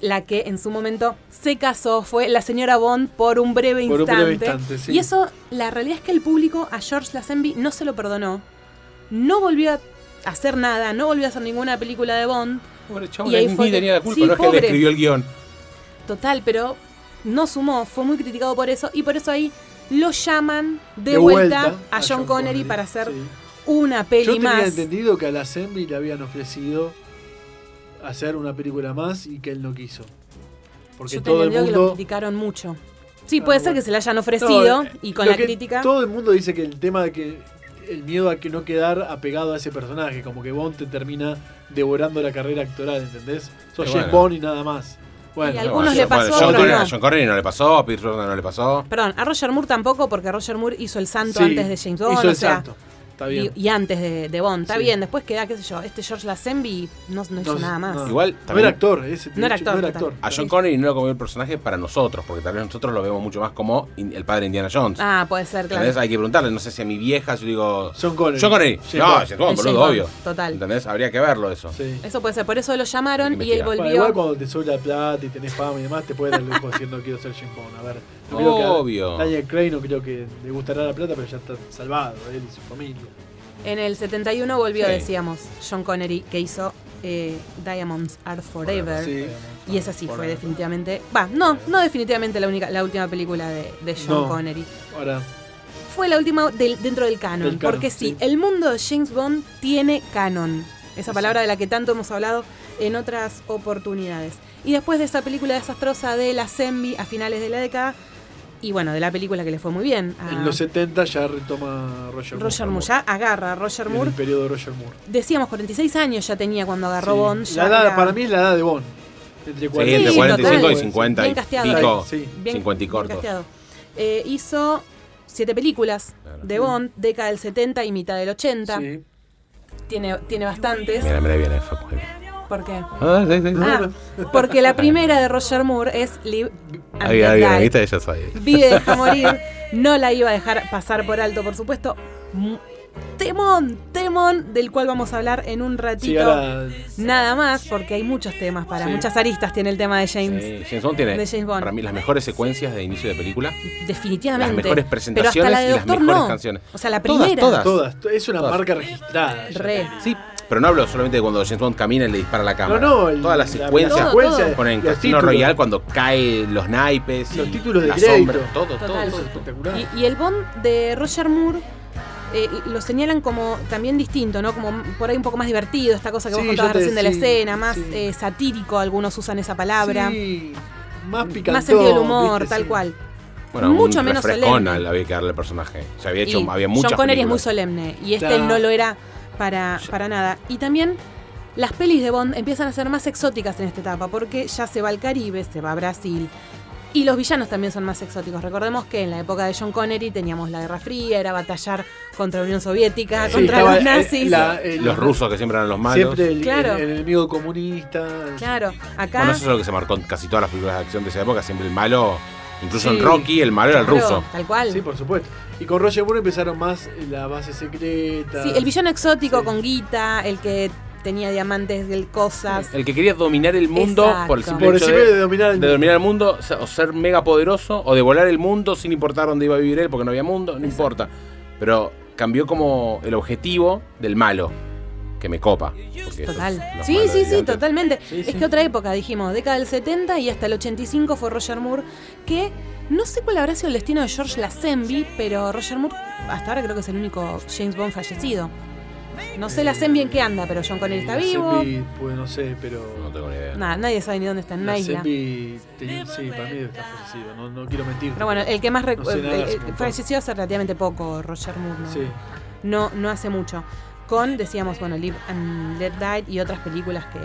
la que en su momento se casó. Fue la señora Bond por un breve Por un instante. breve instante, sí. Y eso, la realidad es que el público a George Lazenby no se lo perdonó. No volvió a hacer nada, no volvió a hacer ninguna película de Bond. Pobre Y ahí ni fue que- tenía la culpa, sí, no es que él pobre. escribió el guión. Total, pero no sumó, fue muy criticado por eso. Y por eso ahí lo llaman de, a, John, Connery, para hacer sí. una peli Yo tenía más. entendido que a la Sembi le habían ofrecido hacer una película más y que él no quiso. Porque Yo todo tenía el entendido que lo mundo. criticaron mucho. Sí, Ah, puede ser bueno. que se le hayan ofrecido No, eh, y con lo la que crítica. Todo el mundo dice que el tema de que. El miedo a que no quedar apegado a ese personaje, como que Bond te termina devorando la carrera actoral, ¿entendés? Sos Y James bueno. Bond y nada más. Bueno, Y algunos Bueno, le pasó, John, otros Connery, no. a John Connery no le pasó, a Pierce Brosnan no le pasó. Perdón, a Roger Moore tampoco, porque Roger Moore hizo el santo Sí, antes de James Bond. hizo o el sea, santo. Está bien. Y, y antes de, de Bond. Está Sí. bien, después queda, qué sé yo, este George Lazenby no, no hizo No, nada más. no. Igual, no también era actor, ese, No era de hecho, actor, no era total. actor. a John Connery no lo comió el personaje para nosotros, porque tal vez nosotros lo vemos mucho más como in- el padre de Indiana Jones. Ah, puede ser, claro. ¿Entendés? Hay que preguntarle, no sé si a mi vieja, yo digo. John Connery. John Connery. James No, Bond. James Bond, Es boludo, James Bond, obvio. total. ¿Entendés? Habría que verlo eso. Sí. Eso puede ser, por eso lo llamaron y él Investigar. volvió. Bueno, igual cuando te sobra plata y tenés fama y demás, te puedes dar el lujo de decir no quiero ser Jim Bond. A ver, no creo que a Obvio. Daniel Craig no creo que le gustará la plata, pero ya está salvado, él y su familia. En el 71 volvió, Sí. decíamos, John Connery, que hizo eh, Diamonds Are Forever. Sí. Y esa sí fue Forever. definitivamente. Va, no, no definitivamente la única, la última película de, de John No. Connery. Ahora, Fue la última del- dentro del canon. Del canon, porque sí, sí. el mundo de James Bond tiene canon. Esa palabra de la que tanto hemos hablado en otras oportunidades. Y después de esa película desastrosa de la Sembi a finales de la década, y bueno, de la película que le fue muy bien a en los 70 ya retoma Roger, Ah. Roger Moore. Moore, ya agarra a Roger En Moore. el periodo de Roger Moore. Decíamos, 46 años ya tenía cuando agarró Sí. Bond. ya La edad- era Para mí es la edad de Bond. Entre Sí, entre Sí, 45 total. y 50 Bien y casteado. pico. Sí. 50 y cortos. casteado. Eh, hizo siete películas Claro. de Bond, década del 70 y mitad del 80. Sí. Tiene, tiene bastantes. Mira, mira, viene Facu. ahí viene. ¿Por qué? Ah, sí, sí, sí. Ah, porque la primera de Roger Moore es Live and Ahí viene, Let ahí viene, Die. viste, ella sabe. Vive, deja morir. No la iba a dejar pasar por alto, por supuesto. Mm, Temón, temón, del cual vamos a hablar en un ratito. Sí, ahora. Nada más, porque hay muchos temas para Sí. muchas aristas. Tiene el tema de James. Sí, Eh, James Bond tiene De James Bond. para mí las mejores secuencias de inicio de película. Definitivamente. Las mejores presentaciones Pero hasta la de y las Doctor mejores no. canciones. O sea, la Todas, primera. todas. Todas. to- Es una Todas. marca registrada. ya. Re. Sí, pero no hablo solamente de cuando James Bond camina y le dispara a la No, cámara. no. el- Todas las la- la secuencias. Todo, secuencia, todo. Ponen en los Casino títulos. Royal cuando caen los naipes. Los títulos de las crédito. sombras, Todo, todo, Total. todo, todo. Espectacular. Y, y el Bond de Roger Moore eh, lo señalan como también distinto, ¿no? Como por ahí un poco más divertido, esta cosa que Sí, vos contabas yo te- recién de la sí, escena, más sí. eh, satírico, algunos usan esa palabra. Sí, más picante. más sentido del humor, tal cual. Bueno, Mucho un menos refrescón solemne. al- había que darle al personaje. Se había hecho, Y había muchas John Connery es muy películas. solemne y este Claro. no lo era para, para nada. Y también las pelis de Bond empiezan a ser más exóticas en esta etapa, porque ya se va al Caribe, se va a Brasil. Y los villanos también son más exóticos. Recordemos que en la época de John Connery teníamos la Guerra Fría, era batallar contra la Unión Soviética, Sí, contra estaba, los eh, nazis. la- eh, Los rusos que siempre eran los malos. Siempre el, Claro. el enemigo comunista. Claro, acá. Bueno, eso es lo que se marcó en casi todas las películas de acción de esa época. Siempre el malo, incluso Sí. en Rocky, el malo era el claro, ruso. Tal cual. Sí, por supuesto. Y con Roger Moore empezaron más eh, la base secreta. Sí, el villano exótico Sí. con guita, el que tenía diamantes, el cosas. El que quería dominar el mundo por el Exacto. simple Por hecho encima de- de dominar el de dominar el mundo, o sea, o ser mega poderoso, o de volar el mundo sin importar dónde iba a vivir él, porque no había mundo, no importa. Pero cambió como el objetivo del malo, que me copa. porque esos- Total. los Sí, malos sí, de sí, antes. totalmente. Sí, Es sí. que otra época, dijimos, década del 70 y hasta el 85 fue Roger Moore, que no sé cuál habrá sido el destino de George Lazenby, pero Roger Moore hasta ahora creo que es el único James Bond fallecido. No sé Lazenby en qué anda, pero John Connery está La vivo. Sembi, pues no sé, pero. No tengo ni idea. Nada, nadie sabe ni dónde está, en una La isla. Sembi tenía- sí, para mí está fallecido, no, no quiero mentir. Pero bueno, el que más No sé recuerda. nada, hace un montón. falleció hace relativamente poco, Roger Moore. ¿no? Sí. no, no hace mucho. Con, decíamos, bueno, Live and Let Die y otras películas que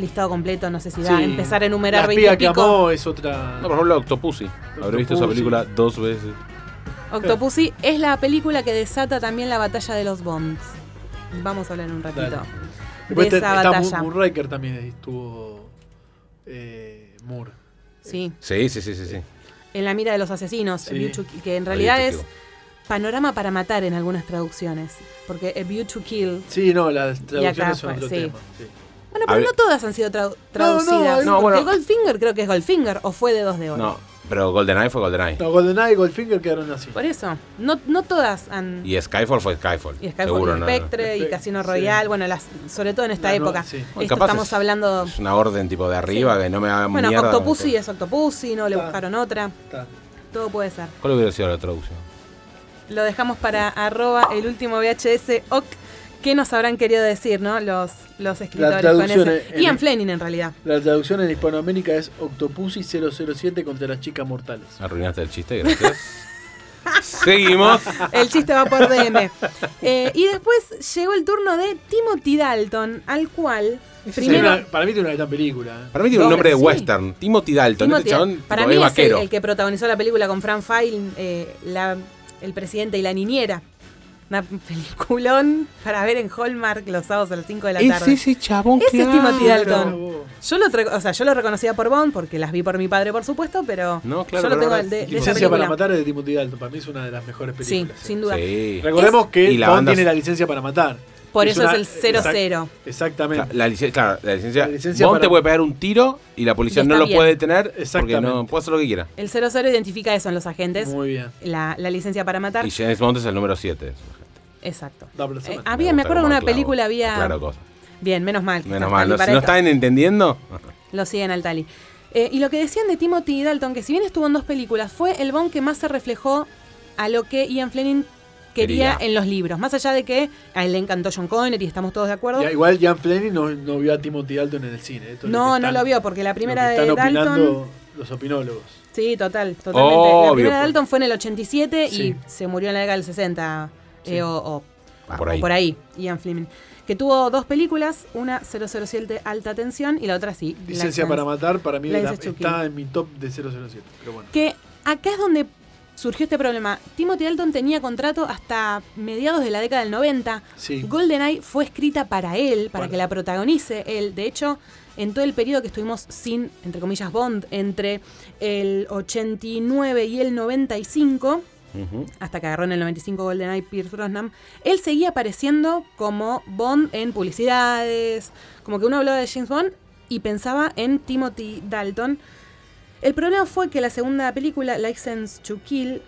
listado completo, no sé si da, Sí. empezar a enumerar La 20 y espía que pico. amó es otra. No, por ejemplo, Octopussy. Habré visto esa Octopussy. película dos veces. Octopussy es la película que desata también la batalla de los Bonds. Vamos a hablar un ratito. Dale. De Después te- esa está batalla. Moon Riker también estuvo. Eh, Moore. Sí, Sí, sí, sí, sí. sí. en la mira de los asesinos, Sí. A View to Ki- que en realidad Ahí es te digo. panorama para matar en algunas traducciones. Porque A View to Kill. Sí, no, las acá traducciones son fue- otro sí. tema. sí. Bueno, pero Hab- no todas han sido trau- No, no, traducidas. no, porque bueno. Goldfinger creo que es Goldfinger o fue de dos de oro. No, pero GoldenEye fue GoldenEye. No, GoldenEye y Goldfinger quedaron así. Por eso, no, no todas han. Y Skyfall fue Skyfall. Y Skyfall seguro, y no, no. Spectre y Espe- Casino sí. Royale, bueno, las, sobre todo en esta La nueva, época. sí. Esto Bueno, capaz estamos es- hablando. Es una orden tipo de arriba que no me hagan Bueno, mierda. Octopussy es Octopussy, no le Está. buscaron otra. Está. Todo puede ser. ¿Cuál hubiera sido la traducción? Lo dejamos para arroba el último VHS OC. ¿Qué nos habrán querido decir, no? Los, los escritores con traducción ese. en- Ian Fleming, en realidad. La traducción en Hispanoamérica es Octopussy 007 contra las chicas Ah. mortales. Arruinaste el chiste, gracias. Seguimos. El chiste va por DM. Eh, y después llegó el turno de Timothy Dalton, al cual. Primero, Tiene una- para mí tiene una gran película. ¿eh? Para mí tiene un Doble, nombre de sí. western. Timothy Dalton. Timothy- este chabón para tipo, mí es es el, vaquero. el que protagonizó la película con Fran Fine, eh, la- el presidente y la niñera. Una peliculón para ver en Hallmark los sábados a las 5 de la tarde. ese chabón Ese es Timothy Dalton. Bravo. Yo lo, tra- o sea, yo lo reconocía por Bond porque las vi por mi padre, por supuesto, pero No, claro, yo lo pero tengo ahora- el de, de esa Licencia película. para matar es de Timothy Dalton. Para mí es una de las mejores sí, películas. eh. sin duda. Sí. Recordemos que Y la Bond banda- tiene la licencia para matar. Por eso una- es el 00. exact- exactamente. La, la licencia, claro, la licencia. La licencia Bond para- te puede pegar un tiro y la policía Y no está lo bien. puede detener porque no Exactamente. puede hacer lo que quiera. El 00 identifica eso en los agentes. Muy bien. La, la licencia para matar. Y James Bond es el número 7. Exacto. Double Eh, Seven. había, me acuerdo de una película, había. Claro, cosa. Bien, menos mal. que Menos estás mal. tan No, si para no esto. están entendiendo. Lo siguen al Tali. Eh, y lo que decían de Timothy Dalton, que si bien estuvo en dos películas, fue el Bond que más se reflejó a lo que Ian Fleming quería Quería. en los libros. Más allá de que a él le encantó John Connery, estamos todos de acuerdo. Ya, igual Jan Fleming no, no vio a Timothy Dalton en el cine. Esto es no, que no están- lo vio, porque la primera lo que de están opinando Dalton. los opinólogos. Sí, total, totalmente. la Obvio, primera de pues. Dalton fue en el 87 Sí. y se murió en la década del 60 eh, Sí. o, o- Ah, o por ahí. Ian Fleming. Que tuvo dos películas, una 007 Alta Tensión y la otra sí. Black Licencia para Sands. matar, para mí Blaise la- Chucky. está en mi top de 007. Pero bueno. Que acá es donde surgió este problema. Timothy Dalton tenía contrato hasta mediados de la década del 90. Sí. GoldenEye fue escrita para él, para Bueno. que la protagonice él. De hecho, en todo el periodo que estuvimos sin, entre comillas, Bond, entre el 89 y el 95, Ujú. hasta que agarró en el 95 GoldenEye Pierce Brosnan, él seguía apareciendo como Bond en publicidades, como que uno hablaba de James Bond y pensaba en Timothy Dalton. El problema fue que la segunda película, License to Kill,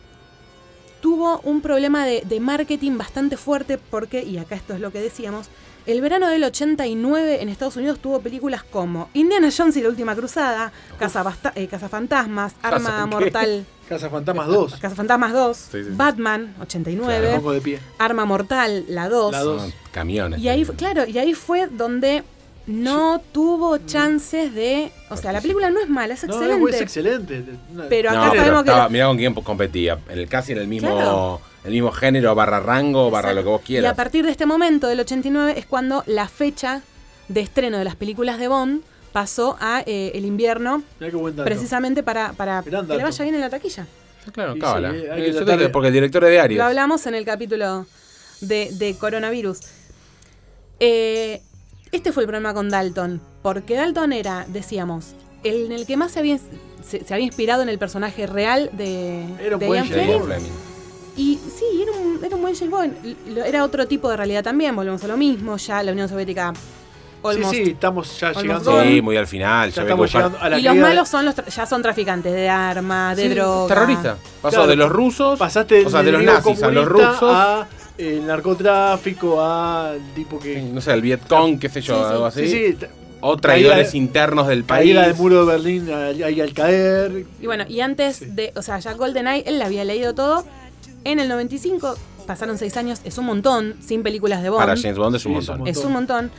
tuvo un problema de, de marketing bastante fuerte porque, y acá esto es lo que decíamos, el verano del 89 en Estados Unidos tuvo películas como Indiana Jones y la Última Cruzada, Cazabasta- eh, Cazafantasmas, Arma ¿Casa qué? Mortal Casa Fantasmas 2. Cazafantasmas 2, Sí, sí, sí. Batman 89, Me pongo de pie. Arma Mortal la 2. La Son dos. camiones. Y ahí, fu- claro, y ahí fue donde no tuvo Mm. chances de, o sea, la película no es mala, es No, excelente. es excelente. Una- Pero acá No, pero sabemos que estaba- lo- mirá con quién competía. En el, casi en el mismo Claro. el mismo género, barra rango, barra lo que vos Y a quieras. partir de este momento, del 89, es cuando la fecha de estreno de las películas de Bond pasó a eh, el invierno, Mirá qué buen dato. precisamente para, para que Gran le dato. vaya bien en la taquilla. Sí, Claro, Sí, sí, cábala. hay que Eh, yo tratar te- de- Porque el director de Lo Diario. hablamos en el capítulo de, de coronavirus. Eh, este fue el problema con Dalton, porque Dalton era, decíamos, el en el que más se había, se, se había inspirado en el personaje real de, Era un de buen Ian James Fleming. Bond. Y sí, era un, era un buen James Bond. L- lo- Era otro tipo de realidad también, volvemos a lo mismo, ya la Unión Soviética almost. Sí, sí, estamos ya Almost llegando. gone. Sí, muy al final. ya ya vengo estamos llegando pa- a la y los caída de- malos son los tra- ya son traficantes de armas, Ah, de Sí, droga. Terrorista. Pasó Claro. de los rusos, Pasaste o sea, de del los nazis a los neocomunista rusos. A eh, el narcotráfico, al tipo que. no sé, el Vietcong, qué sé yo, Sí, sí. algo así. Sí, sí, t- O traidores Caída de- internos del país. caída del muro de Berlín al- ahí al caer. Y bueno, y antes Sí. de, o sea, ya GoldenEye, él la había leído todo. En el 95 pasaron seis años, es un montón, sin películas de Bond. Para James Bond es un Sí, es un montón. Es un montón.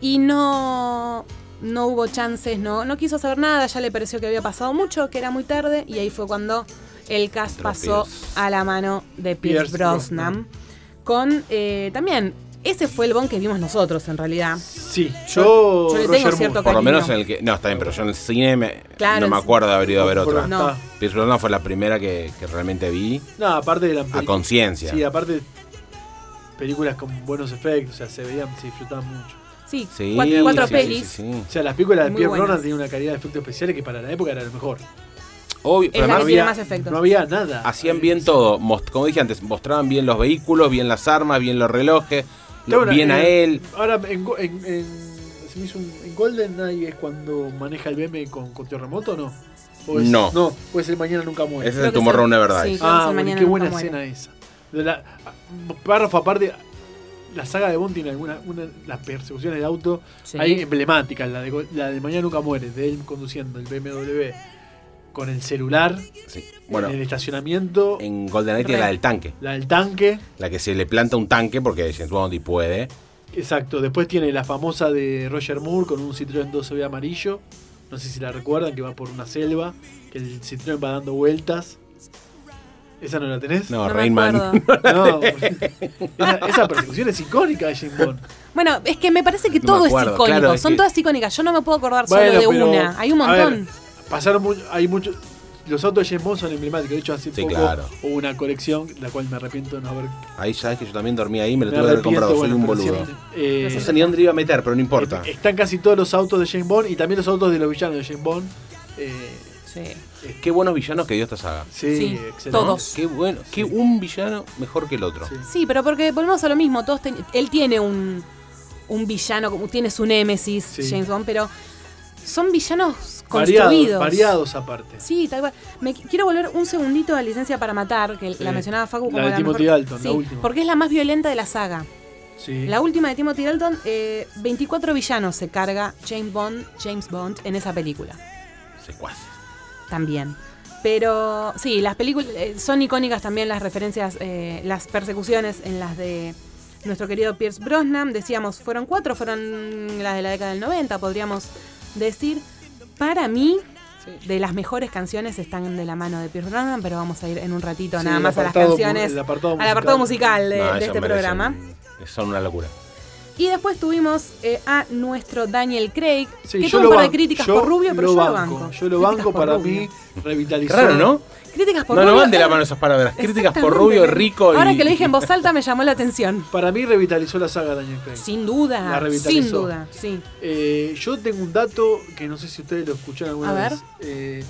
Y no, no hubo chances, no, no quiso saber nada, ya le pareció que había pasado mucho, que era muy tarde, y ahí fue cuando el cast Entró pasó Pierce. a la mano de Pierce, Pierce Brosnan. Brosnan. Con eh, también, ese fue el Bond que vimos nosotros en realidad. Sí, Yo- yo. yo le tengo Roger Moore. cierto Por lo cariño. menos en el que. No, está bien, pero yo en el cine me- Claro, no me en- acuerdo de haber ido a ver Por- otra. No. está. Pierce Brosnan fue la primera que, que realmente vi No, aparte de la a peli- conciencia. Sí, aparte. Películas con buenos efectos, o sea, se veían, se disfrutaban mucho. Sí, Sí, cuatro, cuatro sí, sí, pelis. sí, sí. O sea, las películas de Muy Pierre Brosnan buenas. tenían una calidad de efectos especiales que para la época era lo mejor. Obvio, Es pero la además que tiene más efectos. No había nada. hacían bien todo. Most- Como dije antes, mostraban bien los vehículos, bien las armas, bien los relojes, Claro, ahora, bien a eh, él. Ahora, en, Go- en, en- se me hizo un- en GoldenEye es cuando maneja el BM con control remoto, ¿no? ¿O es- No. No, puede ser Mañana Nunca Muere. Ese es Creo el que Tomorrow sí. Never Dies. Sí. Vamos a ah, bueno, Mañana qué Nunca buena Muere. escena esa. De la, ah, párrafo aparte, la saga de Bond tiene alguna, una, las persecuciones de auto Sí. ahí emblemáticas. La de, Go- la de Mañana Nunca Muere, de él conduciendo el BMW con el celular Sí. Bueno, en el estacionamiento, en GoldenEye tiene la Re. del tanque. la del tanque. La que se le planta un tanque porque James Bond y puede. Exacto, después tiene la famosa de Roger Moore con un Citroën 12B amarillo. No sé si la recuerdan, que va por una selva, que el Citroën va dando vueltas. ¿Esa no la tenés? No, No me Rainman. acuerdo. No. esa, esa persecución es icónica de James Bond. Bueno, es que me parece que No me todo acuerdo, es icónico. claro, es Son que- todas icónicas. Yo no me puedo acordar solo Bueno, de pero, una. Hay un a ver, montón. pasaron mu- hay muchos. Los autos de James Bond son emblemáticos. De hecho, hace Sí, poco claro. hubo una colección, la cual me arrepiento de no haber. Ahí sabes que yo también dormí ahí, me lo me tuve que haber arrepiento, comprado, soy bueno, un pero boludo. siempre- eh, No sé ni dónde iba a meter, pero no importa. eh, Están casi todos los autos de James Bond y también los autos de los villanos de James Bond. Eh, Sí. Qué buenos villanos que dio esta saga. Sí, Sí, excelente. todos. Qué bueno, qué un villano mejor que el otro. Sí. Sí, pero porque volvemos a lo mismo. Todos ten- él tiene un, un villano, como- tiene su némesis, Sí. James Bond, pero son villanos Variados, construidos. variados aparte. Sí, tal cual. Me qui- quiero volver un segundito a Licencia para Matar, que Sí. la mencionaba Facu La como de la Timothy mejor- Dalton, la Sí, última. porque es la más violenta de la saga. Sí. La última de Timothy Dalton, eh, 24 villanos se carga James Bond, James Bond en esa película. Secuaces. también. Pero sí, las películas eh, son icónicas también las referencias, eh, las persecuciones en las de nuestro querido Pierce Brosnan. Decíamos, fueron cuatro, fueron las de la década del 90, podríamos decir. Para mí, de las mejores canciones están de la mano de Pierce Brosnan, pero vamos a ir en un ratito Sí, nada el más a las apartado mu- canciones, el apartado al apartado musical de, No, de ellos este merecen- programa. Son una locura. Y después tuvimos eh, a nuestro Daniel Craig, Sí, que yo tuvo lo un par de ban- críticas yo por Rubio, pero yo lo banco. Yo lo Críticas banco por para Rubio. mí revitalizó. Raro, ¿no? Críticas por No, no Rubio, van de la eh, mano esas palabras. Críticas por Exactamente. Rubio, Rico y. Ahora que lo dije en voz alta me llamó la atención. Para mí revitalizó la saga Daniel Craig. Sin duda. La revitalizó. sin duda, sí. Eh, yo tengo un dato que no sé si ustedes lo escucharon alguna A ver. vez. Eh,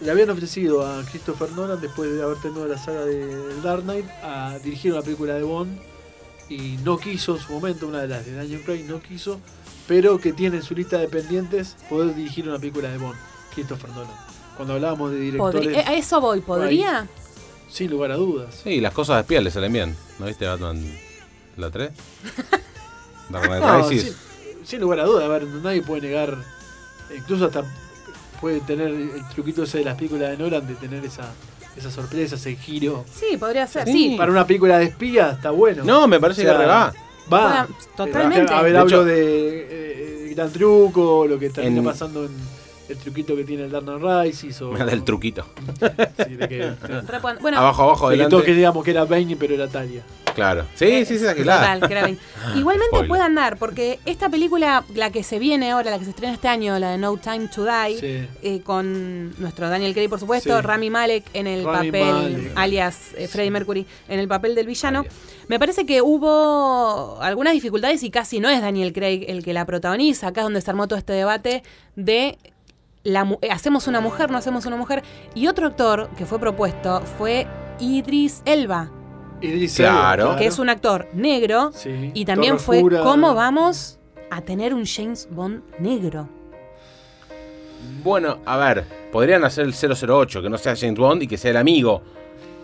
le habían ofrecido a Christopher Nolan, después de haber terminado la saga de Dark Knight, a dirigir una película de Bond. Y no quiso en su momento, una de las de Daniel Craig no quiso, pero que tiene en su lista de pendientes poder dirigir una película de Bond, Christopher Nolan. Cuando hablábamos de directores, Podri- eh, a eso voy, ¿podría? sin lugar a dudas. Sí, las cosas de espía le salen bien. ¿No viste Batman la 3? Dark Knight No, Rises. sin, sin lugar a duda, a ver, nadie puede negar, incluso hasta puede tener el truquito ese de las películas de Nolan de tener esa, esa sorpresa, ese giro. Sí, podría ser, Sí. sí. Para una película de espía está bueno. No, me parece O sea, que re va. Ah, Va. Bueno, totalmente. A ver, De hablo hecho- de eh, eh, Gran Truco, lo que termina En- pasando en, el truquito que tiene el Dark Knight Rises o... Me da el truquito. Sí, de que, de Re pueden- Bueno, abajo, abajo, que todos adelante. queríamos que era Bane, pero era Talia. Claro. Sí, sí, sí, esa que la- Total, que era Bane. Igualmente Spoiler. puede andar, porque esta película, la que se viene ahora, la que se estrena este año, la de No Time to Die, Sí. eh, con nuestro Daniel Craig, por supuesto, Sí. Rami Malek en el Rami papel, Malek. alias eh, Freddie Mercury, en el papel del villano. Me parece que hubo algunas dificultades y casi no es Daniel Craig el que la protagoniza. Acá es donde se armó todo este debate de la mu- eh, hacemos una mujer, no hacemos una mujer. Y otro actor que fue propuesto fue Idris Elba, Idris Claro. Elba, que es un actor negro. Sí. Y también Torre fue Oscura. cómo vamos a tener un James Bond negro. Bueno, a ver, podrían hacer el 008, que no sea James Bond y que sea el amigo.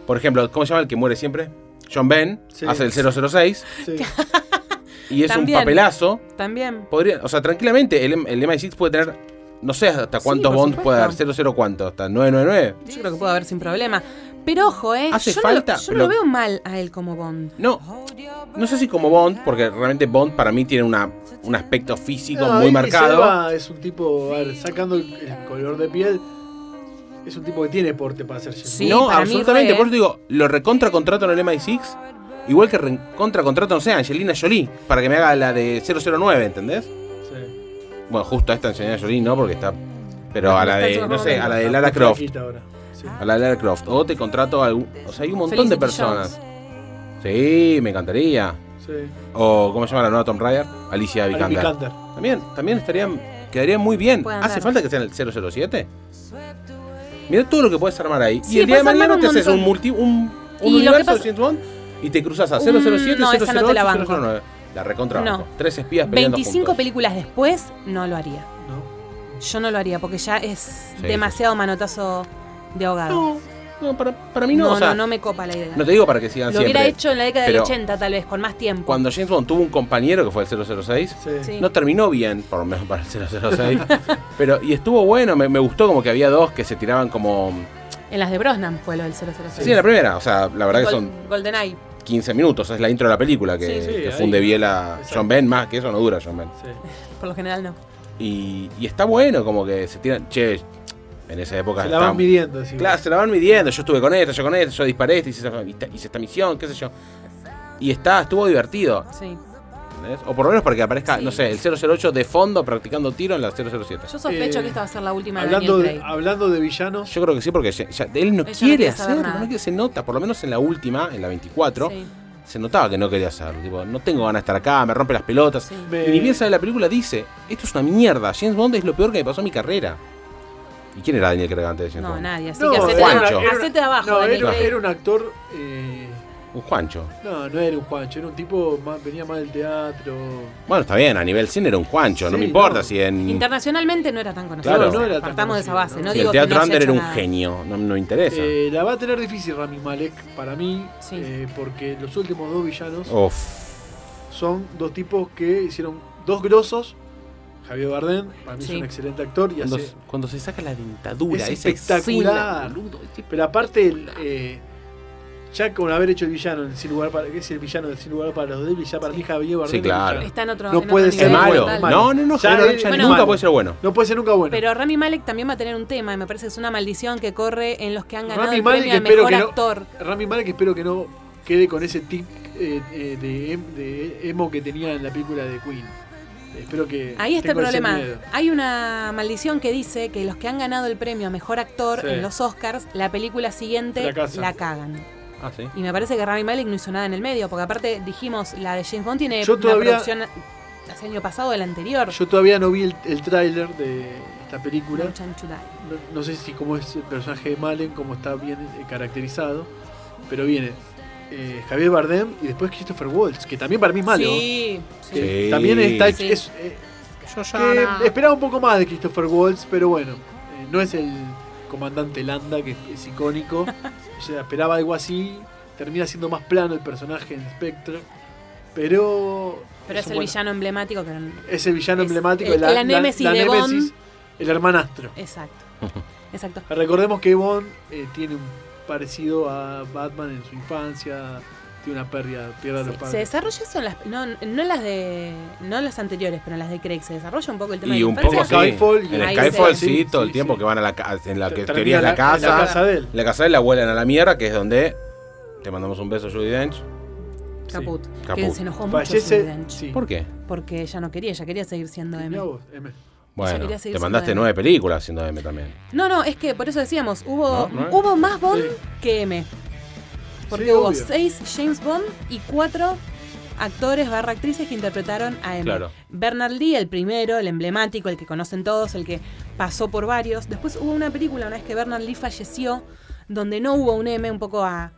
Por ejemplo, ¿cómo se llama el que muere siempre? John Ben Sí. hace el 006 Sí. y es También. un papelazo. También. Podría, o sea, tranquilamente el, el MI6 puede tener, no sé hasta Sí, cuántos por Bonds supuesto. puede dar, 00 cuánto, hasta 999. Yo creo que puede haber sin problema. Pero ojo, ¿eh? Hace yo falta, No lo, yo no pero- lo veo mal a él como Bond. No, no sé si como Bond, porque realmente Bond para mí tiene una, un aspecto físico No, muy Idris marcado. Elba es un tipo, a ver, sacando el, el color de piel, es un tipo que tiene porte para ser James Sí, no, para mí absolutamente. re. Por eso digo, lo recontra contrato en el MI6, igual que recontra contrato, no sé, a Angelina Jolie, para que me haga la de 009, ¿entendés? Bond. Sí. Bueno, justo a esta Angelina Jolie, ¿no? Porque está. Pero a la Está en de, su no sé, a la de Está Lara muy Croft. flaquita ahora, sí. Ah. A la de Lara Croft. O te contrato a algún. O sea, hay un montón de Felicity personas. Sí, me encantaría. Sí. O, ¿cómo se llama la nueva Tomb Raider? Alicia Ahora Vikander. Vikander. También, también estarían, quedarían muy bien. Puede ¿Hace andar. falta que sean el 007? Mira todo lo que puedes armar ahí. Sí, y el día de puedes armar mañana un te haces un, montón. multi, Y un, un lo que universo pasa- de James Bond y te cruzas a Mm, 007, no, 008, esa no te la banco. 009. La recontra No. banco. Tres espías peleando 25 juntos. películas después, no lo haría. ¿no? Yo no lo haría porque ya es Sí, demasiado manotazo de ahogado. No, no para, para mí no. no, o sea, no, no me copa la idea. no te digo para que sigan lo siempre. hubiera hecho en la década pero- del 80, tal vez, con más tiempo. Cuando James Bond tuvo un compañero que fue el 006, Sí. Sí. no terminó bien, por lo menos para el 006. pero, y estuvo bueno, me, me gustó como que había dos que se tiraban como... En las de Brosnan fue lo del 007. Sí, la primera, o sea, la verdad que son GoldenEye. 15 minutos, es la intro de la película que, Sí, sí, que ahí. funde bien a Exacto. John Ben, más que eso no dura John Ben. Sí. Por lo general no. Y, y está bueno, como que se tiran, che, en esa época Se la estaban- van midiendo. así. Claro, se la van midiendo, yo estuve con esta, yo con esta, yo disparé esta, hice, esta- hice esta- hice esta misión, qué sé yo. Y está, estuvo divertido, Sí. ¿entendés? O por lo menos para que aparezca, Sí. no sé, el 008 de fondo practicando tiro en la 007. Yo sospecho Eh, que esta va a ser la última de Hablando Daniel de, Craig. hablando de villanos, Yo creo que sí, porque ya- ya- él Ella no no quiere quiere saber hacerlo, nada. no quiere- se nota, por lo menos en la última, en la 24, Sí. se notaba que no quería hacerlo. Tipo, no tengo ganas de estar acá, me rompe las pelotas. Sí. me- Y ni bien sale la película, dice: Esto es una mierda. James Bond es lo peor que me pasó en mi carrera. ¿Y quién era Daniel Craig antes de James No, Bond? nadie. Así No, que era- hacete, Juancho. de- era- hacete de abajo, no, eh, Daniel era, Craig. era un actor. eh, Un Juancho. no, no era un Juancho, era un tipo. Más, venía más del teatro. Bueno, está bien, a nivel cine era un Juancho. no Sí, me importa no. si en. Internacionalmente no era tan conocido. Mm. Claro. O sea, No era tan Partamos de esa base. conocido, No, ¿no? si digo el que no teatro haya under hecho era un nada. genio. No, no me interesa. Eh, la va a tener difícil Rami Malek para mí, Sí. eh, porque los últimos dos villanos Uf. son dos tipos que hicieron dos grosos. Javier Bardem, para mí Sí. es un excelente actor y Cuando, hace. cuando se saca la dentadura, Es esa escena, espectacular. boludo, es espe- Pero aparte, el, eh, ya con haber hecho el villano en sin lugar para. que es el villano del sin lugar para los débiles? Ya para mí Javier Bardem. Sí, es claro. villano. Está en otro. No en otro puede nivel ser Es malo. total. No, no, no. Ya, Javier eh, Bardem bueno. nunca puede ser bueno. No puede ser nunca bueno. Pero Rami Malek también va a tener un tema. y Me parece que es una maldición que corre en los que han ganado Rami el Malek, premio al espero mejor que no- actor. Rami Malek espero que no quede con ese tic eh, eh, de, em- de emo que tenía en la película de Queen. Espero que. Ahí está el tengo ese problema. miedo. Hay una maldición que dice que los que han ganado el premio a mejor actor Sí. en los Oscars, la película siguiente Fracasa. la cagan. Ah, sí. Y me parece que Rami Malek no hizo nada en el medio, porque aparte dijimos, la de James Bond tiene Yo todavía- una producción hace año pasado, del anterior. Yo todavía no vi el, el tráiler de esta película. No, Chan Chulai. No, no sé si cómo es el personaje de Malen, cómo está bien eh, caracterizado. Pero viene eh, Javier Bardem y después Christopher Waltz, que también para mí es malo. Sí, sí. Que Sí. También está hecho- Sí. es- eh, Yo que esperaba un poco más de Christopher Waltz, pero bueno, eh, no es el comandante Landa que es, es icónico. Yo esperaba algo así, termina siendo más plano el personaje en Spectre, pero Pero es, un el buen- villano emblemático que no- es el villano es emblemático, el- la némesis de Bond. el hermanastro. Exacto. Exacto. Recordemos que Bond eh, tiene un parecido a Batman en su infancia, tiene una pérdida, pierde a los Se padres. desarrolla eso en las. No, no las de. No las anteriores, pero en las de Craig. Se desarrolla un poco el tema Y de la un poco sí. infancia. Skyfall y- en Ahí Skyfall se- sí, sí, todo el sí, tiempo sí. que van a la ca- en la que Termina teoría es la casa. La casa de él. La casa de la abuela en la mierda, que es donde te mandamos un beso, Judy Dench. Caput. Que Caput. se enojó mucho Judy Fallece. Dench, Sí. ¿Por qué? Porque ella no quería, ella quería seguir siendo M. Mirá vos, M. Bueno, quería seguir te siendo mandaste M. nueve películas siendo M también. No, no, es que por eso decíamos, hubo, No, no. hubo más Bond Sí. que M. Porque Sí, hubo obvio. seis James Bond y cuatro actores barra actrices que interpretaron a M. Claro. Bernard Lee, el primero, el emblemático, el que conocen todos, el que pasó por varios. Después hubo una película, una vez que Bernard Lee falleció, donde no hubo un M, un poco a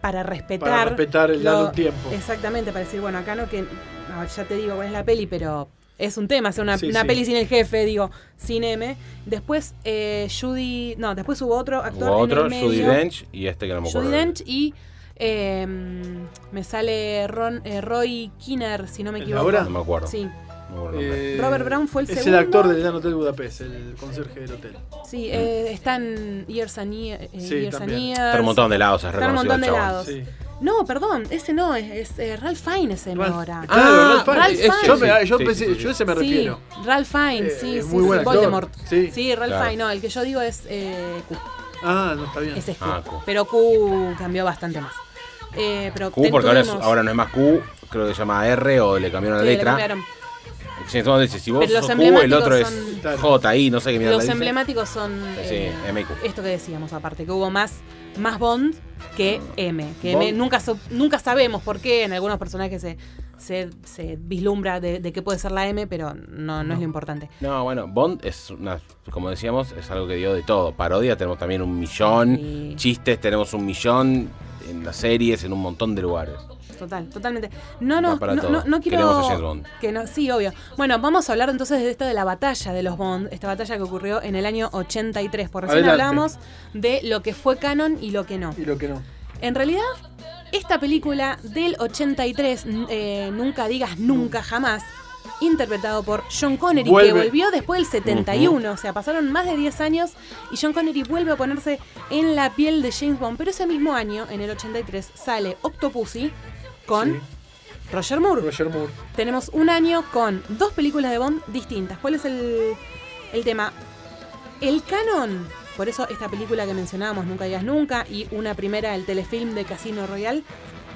para respetar. Para respetar el eh, lo- dado tiempo. Exactamente, para decir, bueno, acá no que. no, ya te digo cuál es la peli, pero es un tema hacer una, Sí, una sí. peli sin el jefe, digo, sin M. Después eh, Judy. No, después hubo otro actor. Hubo en otro, el Judy medio. Dench y este que no me acuerdo. Judy Dench y. eh, me sale Ron, eh, Roy Kinner, si no me ¿El equivoco. ahora? No me acuerdo. Sí, No me acuerdo el nombre. Eh, Robert Brown fue el Es el segundo. actor del Gran Hotel Budapest, el conserje del hotel. Mm. sí, eh, está en Years and Year- eh, Years and Years. Sí, también. Está un montón de lados, es Está un reconocido montón de el chabón. lados. Sí. No, perdón, ese no, es, es, eh, Ralph Fine ese M Ralph- ahora. Claro, Ah, Ralph Fiennes. Ralph Fiennes. Yo, me- yo Sí, sí, pensé- sí, sí. yo a ese me refiero. Sí, Ralph Fiennes, Eh, sí, es sí, muy sí, buen actor. Voldemort. Sí. Ralph Claro. Fiennes, no, el que yo digo es eh, Q, Ah, no está bien. ese es Q, Ah, Q. pero Q cambió bastante más. Eh, pero Q, porque ahora, es- tuvimos- ahora no es más Q, creo que se llama R o le cambiaron sí, la le letra. cambiaron. Sí, entonces dice, si vos Pero los sos Q, el emblemáticos otro es son- Claro. J, I, no sé qué mierda Los dice. emblemáticos son Sí, eh, MQ. esto que decíamos aparte, que hubo más, más Bond que M. Que M Ah. Bond. nunca, so- nunca sabemos por qué en algunos personajes se, se, se vislumbra de, de qué puede ser la M, pero no, no, es lo importante. No, bueno, Bond es una, como decíamos, es algo que dio de todo. Parodia tenemos también un millón, Sí. chistes tenemos un millón, en las series, en un montón de lugares. Total, totalmente. No, no, Da para no, todo. no, no quiero. Queremos a James Bond. Que no, sí, obvio. Bueno, vamos a hablar entonces de esta de la batalla de los Bond, esta batalla que ocurrió en el año 83. Por recién Adelante. hablábamos de lo que fue canon y lo que no. Y lo que no. En realidad, esta película del 83, n- eh, Nunca digas nunca jamás, interpretado por John Connery, Vuelve. que volvió después del 71, o sea, pasaron más de 10 años y John Connery vuelve a ponerse en la piel de James Bond, pero ese mismo año, en el 83, sale Octopussy con Sí. Roger Moore. Roger Moore. Tenemos un año con dos películas de Bond distintas. ¿Cuál es el, el tema? El canon, por eso esta película que mencionábamos, Nunca digas nunca, y una primera, el telefilm de Casino Royal,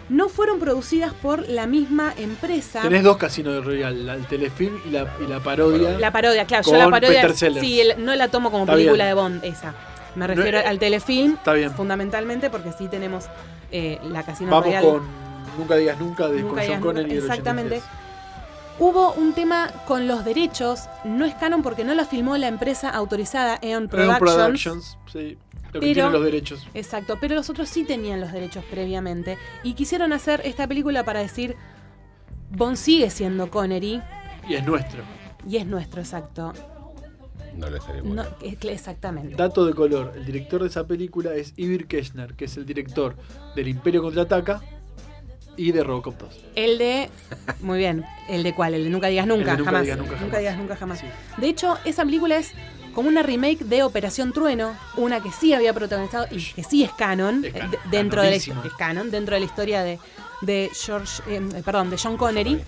no fueron producidas por la misma empresa. Tenés dos casinos de Royal, la- el telefilm y la, y la parodia. La parodia, claro, yo Con la parodia. Peter Sellers. Sí, el- no la tomo como Está película bien. de Bond esa. Me refiero eh, al telefilm está bien. fundamentalmente porque sí tenemos eh, la Casino Vamos Royal. con Nunca digas nunca de Nunca con John digas Connery. nunca. del Exactamente. 83. Hubo un tema con los derechos, no es canon porque no la filmó la empresa autorizada Eon Dragon Productions. Productions, sí. Lo que Pero- tienen los derechos. Exacto, pero los otros sí tenían los derechos previamente y quisieron hacer esta película para decir Bond sigue siendo Connery Y es nuestro. y es nuestro, exacto. No le salió muy No, bien. es- exactamente. Dato de color, el director de esa película es Ibir Keshner, que es el director del Imperio Contraataca y de Robocop 2. El de. Muy bien. ¿El de cuál? El de Nunca Digas Nunca, El de Nunca jamás. Digas Nunca Jamás. Digas Nunca Jamás. Sí. De hecho, esa película es como una remake de Operación Trueno, una que sí había protagonizado y que sí es canon, Es eh, canon, de- dentro, de la, canonísimo. es canon dentro de la historia de, de George, eh, perdón, de John Connery.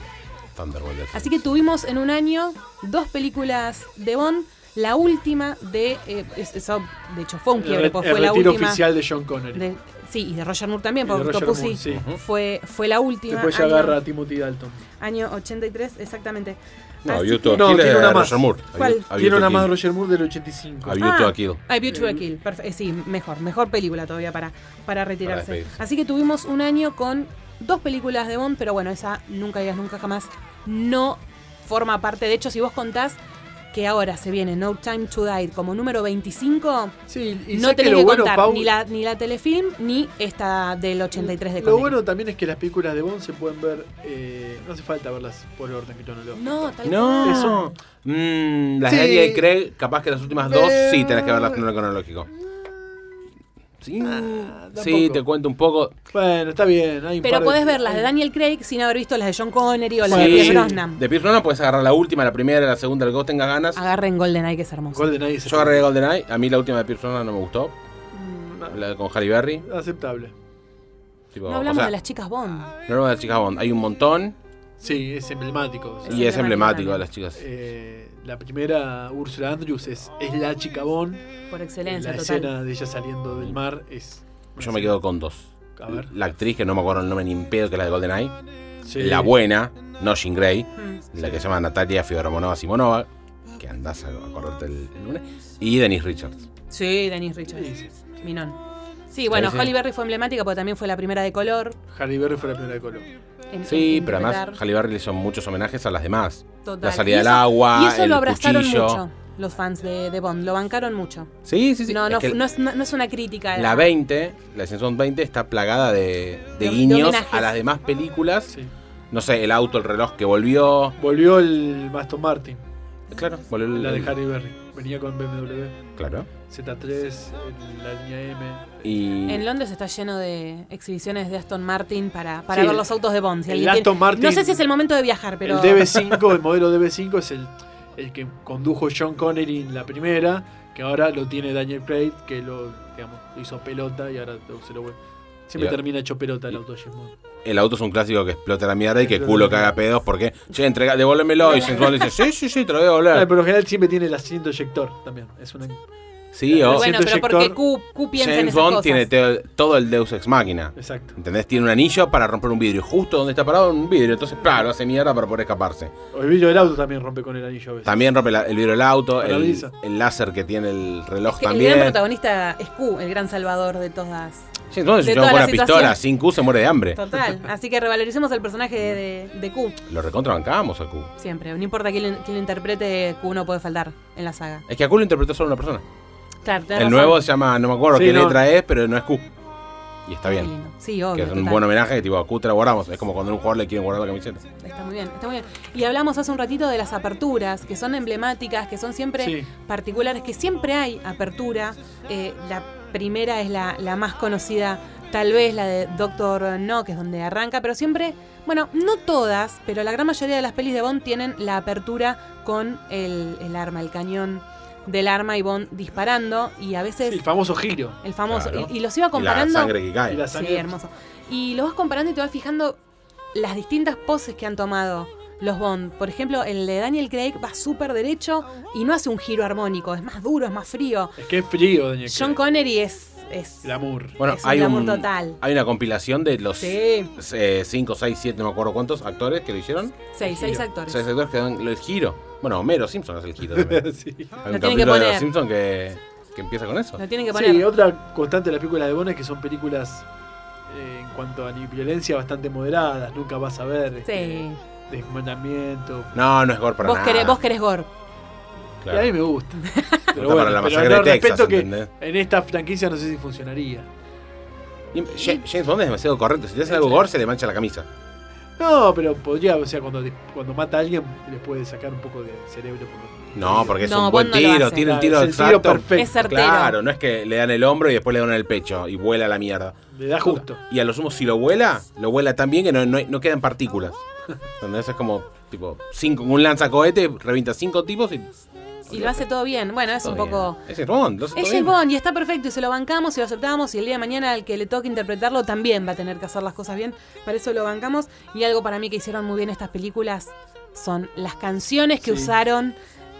Thunderbolt. es- Así que tuvimos en un año dos películas de Bond. La última de. eh, es- eso, de hecho, fue un el, quiebre, re- pues el fue la retiro última. oficial de John Connery. de- sí, y de Roger Moore también, Y de porque Roger Octopussy Moore, sí. fue, fue la última. Después ya año- agarra a Timothy Dalton. Año 83, exactamente. No, Así View to a que- Kill No, es tiene de una más. Roger Moore. A View- ¿Cuál? a View Tiene to una Kill. más de Roger Moore del 85. A View Ah, to a Kill. I View to a Kill, perfe- eh, sí, mejor, mejor película todavía para, para retirarse. despedirse. Así que tuvimos un año con dos películas de Bond, pero bueno, esa nunca digas nunca jamás no forma parte. De hecho, si vos contás que ahora se viene No Time to Die como número 25, Sí, y no sé tenés lo que bueno, contar Pau, ni, la, ni la telefilm ni esta del 83 de Lo Connery. bueno también es que las películas de Bond se pueden ver. eh, no hace falta verlas por orden cronológico. No, tal No, cual. Eso. Mm, las Sí. de Eddie de Craig, capaz que las últimas dos Eh. sí tenés que verlas en orden cronológico. Sí, Ah, sí, tampoco. te cuento un poco. Bueno, está bien. Hay un Pero par podés de, ver las de Daniel Craig sin haber visto las de John Connery o las de Sí, Pierce Brosnan. De Pierce Brosnan puedes agarrar la última, la primera, la segunda, la que vos tengas ganas. Agarren GoldenEye, que es hermoso. GoldenEye es Yo agarré GoldenEye, a mí la última de Pierce Brosnan no me gustó, Mm, la con Halle Berry. aceptable. Tipo, No o hablamos sea, de las chicas Bond. no hablamos de las chicas Bond. Hay un montón Sí, es emblemático. o sea, y es emblemático emblemático de también. las chicas. eh, la primera, Ursula Andrews, es, es la chica Bond. Por La excelencia, total. escena de ella saliendo del mar es. Yo me quedo con dos. A ver. La actriz, que no me acuerdo el nombre ni en pedo, que es la de GoldenEye. Sí. La buena, no Jean Grey, Mm. la que se llama Natalia Fioromonova Simonova, que andás a acordarte el, el lunes. Y Denise Richards. Sí, Denise Richards. Sí, sí. Minón. Sí, bueno, Sí, sí. Holly Berry fue emblemática porque también fue la primera de color. Halle Berry fue la primera de color. en- Sí, en pero interpretar. además Halle Berry le hizo muchos homenajes a las demás. Total. La salida Y del eso- agua, Y eso el lo abrazaron cuchillo. mucho los fans de, de Bond. Lo bancaron mucho. Sí, sí, sí. no, Es no, que fu- no es, no- no es una crítica. La a- 20, la Simpson 20 está plagada de, de De- de guiños homenajes. a las demás películas. Sí. No sé, el auto, el reloj que volvió. Volvió el Aston Martin, Claro, volvió el- la de Harry Berry. Venía con BMW, Claro. Z3, la línea M. Y En Londres está lleno de exhibiciones de Aston Martin para, para Sí, ver los autos de Bond. Si el alguien Aston Martin- No sé si es el momento de viajar, pero. El DB5, el modelo DB5 es el, el que condujo John Connery en la primera, que ahora lo tiene Daniel Craig, que lo, digamos, lo hizo pelota y ahora lo- se lo vuelve. Siempre Ya. termina hecho pelota el auto James Bond. el auto es un clásico que explota la mierda y que culo que haga pedos porque, che, entrega, devuélvemelo. Y Simpson le dice, sí, sí, sí, te lo voy a Ah, devolver. pero en general siempre tiene el asiento eyector también. Es una, Sí, pero o bueno, siento pero porque eyector, Q, Q piensa en James esas Bond cosas. tiene te- todo el Deus Ex Máquina. exacto. ¿Entendés? Tiene un anillo para romper un vidrio. Justo donde está parado un vidrio. Entonces, claro, hace mierda para poder escaparse. O el vidrio del auto también rompe con el anillo a veces. También rompe la- el vidrio del auto, el, Paraliza. el láser que tiene el reloj Es que también. El gran protagonista es Q, el gran salvador de todas. Sí, entonces de yo toda con la una pistola, situación. sin Q se muere de hambre. Total. Así que revaloricemos el personaje de, de- de Q Lo recontrabancábamos a Q. siempre. No importa quién, lo- quién lo interprete, Q no puede faltar en la saga. Es que a Q lo interpretó solo una persona. Claro, tenés El razón. nuevo se llama, no me acuerdo Sí, qué no. letra es, pero no es Q. Y está Qué bien. lindo. Sí, obvio. Que es un total. buen homenaje, tipo, a Q te la guardamos. Es como cuando a un jugador le quieren guardar la camiseta. Está muy bien, está muy bien. Y hablamos hace un ratito de las aperturas, que son emblemáticas, que son siempre Sí. particulares, que siempre hay apertura. Eh, la primera es la, la más conocida, tal vez la de Doctor No, que es donde arranca, pero siempre, bueno, no todas, pero la gran mayoría de las pelis de Bond tienen la apertura con el, el arma, el cañón del arma y Bond disparando y a veces Sí, el famoso giro. el famoso... Claro. Y, y los iba Y la comparando... sangre que Y cae. la Sí, sangre- hermoso. Y lo vas comparando y te vas fijando las distintas poses que han tomado los Bond. Por ejemplo, el de Daniel Craig va súper derecho y no hace un giro armónico. Es más duro, es más frío. Es que es frío, Daniel John Craig. Connery es. es El amor. Bueno, Es un hay glamour un, total. hay una compilación de los eh, sí. 5, 6, 7, no me acuerdo cuántos actores que lo hicieron. Seis, seis actores. Seis actores que dan el giro. Bueno, Homero Simpson hace el giro también. sí. Hay Lo tienen que un capítulo de los poner. Simpsons que, que empieza con eso. Lo tienen que poner. Sí, otra constante de las películas de Bond es que son películas eh, en cuanto a ni violencia bastante moderadas. Nunca vas a ver este, Sí. desmantelamiento. No, no es gore para Vos nada. querés, vos querés gore. Claro. Y a mí me gusta. Pero Está bueno, para la pero masacre no, de Texas, respeto que ¿entendés? en esta franquicia no sé si funcionaría. Y Ja- James Bond es demasiado correcto. Si te hacen algo gore, se le mancha la camisa. No, pero podría, o sea, cuando, te- cuando mata a alguien le puede sacar un poco de cerebro. por- No, porque es No, un buen Bond no lo tiro, hace. tira un Claro, tiro es el exacto. tiro perfecto. Es certero. Claro, no es que le dan el hombro y después le dan el pecho y vuela la mierda. Le da justo. Y a lo sumo, si lo vuela, lo vuela tan bien que no, no, no quedan partículas. Entonces es como, tipo, cinco, un lanzacohete, revienta cinco tipos y. Y lo hace todo bien. Bueno, es todo un bien. poco. Es James Bond, lo hace todo Es bien. James Bond y está perfecto y se lo bancamos y lo aceptamos y el día de mañana al que le toque interpretarlo también va a tener que hacer las cosas bien, para eso lo bancamos y algo para mí que hicieron muy bien estas películas son las canciones que Sí. usaron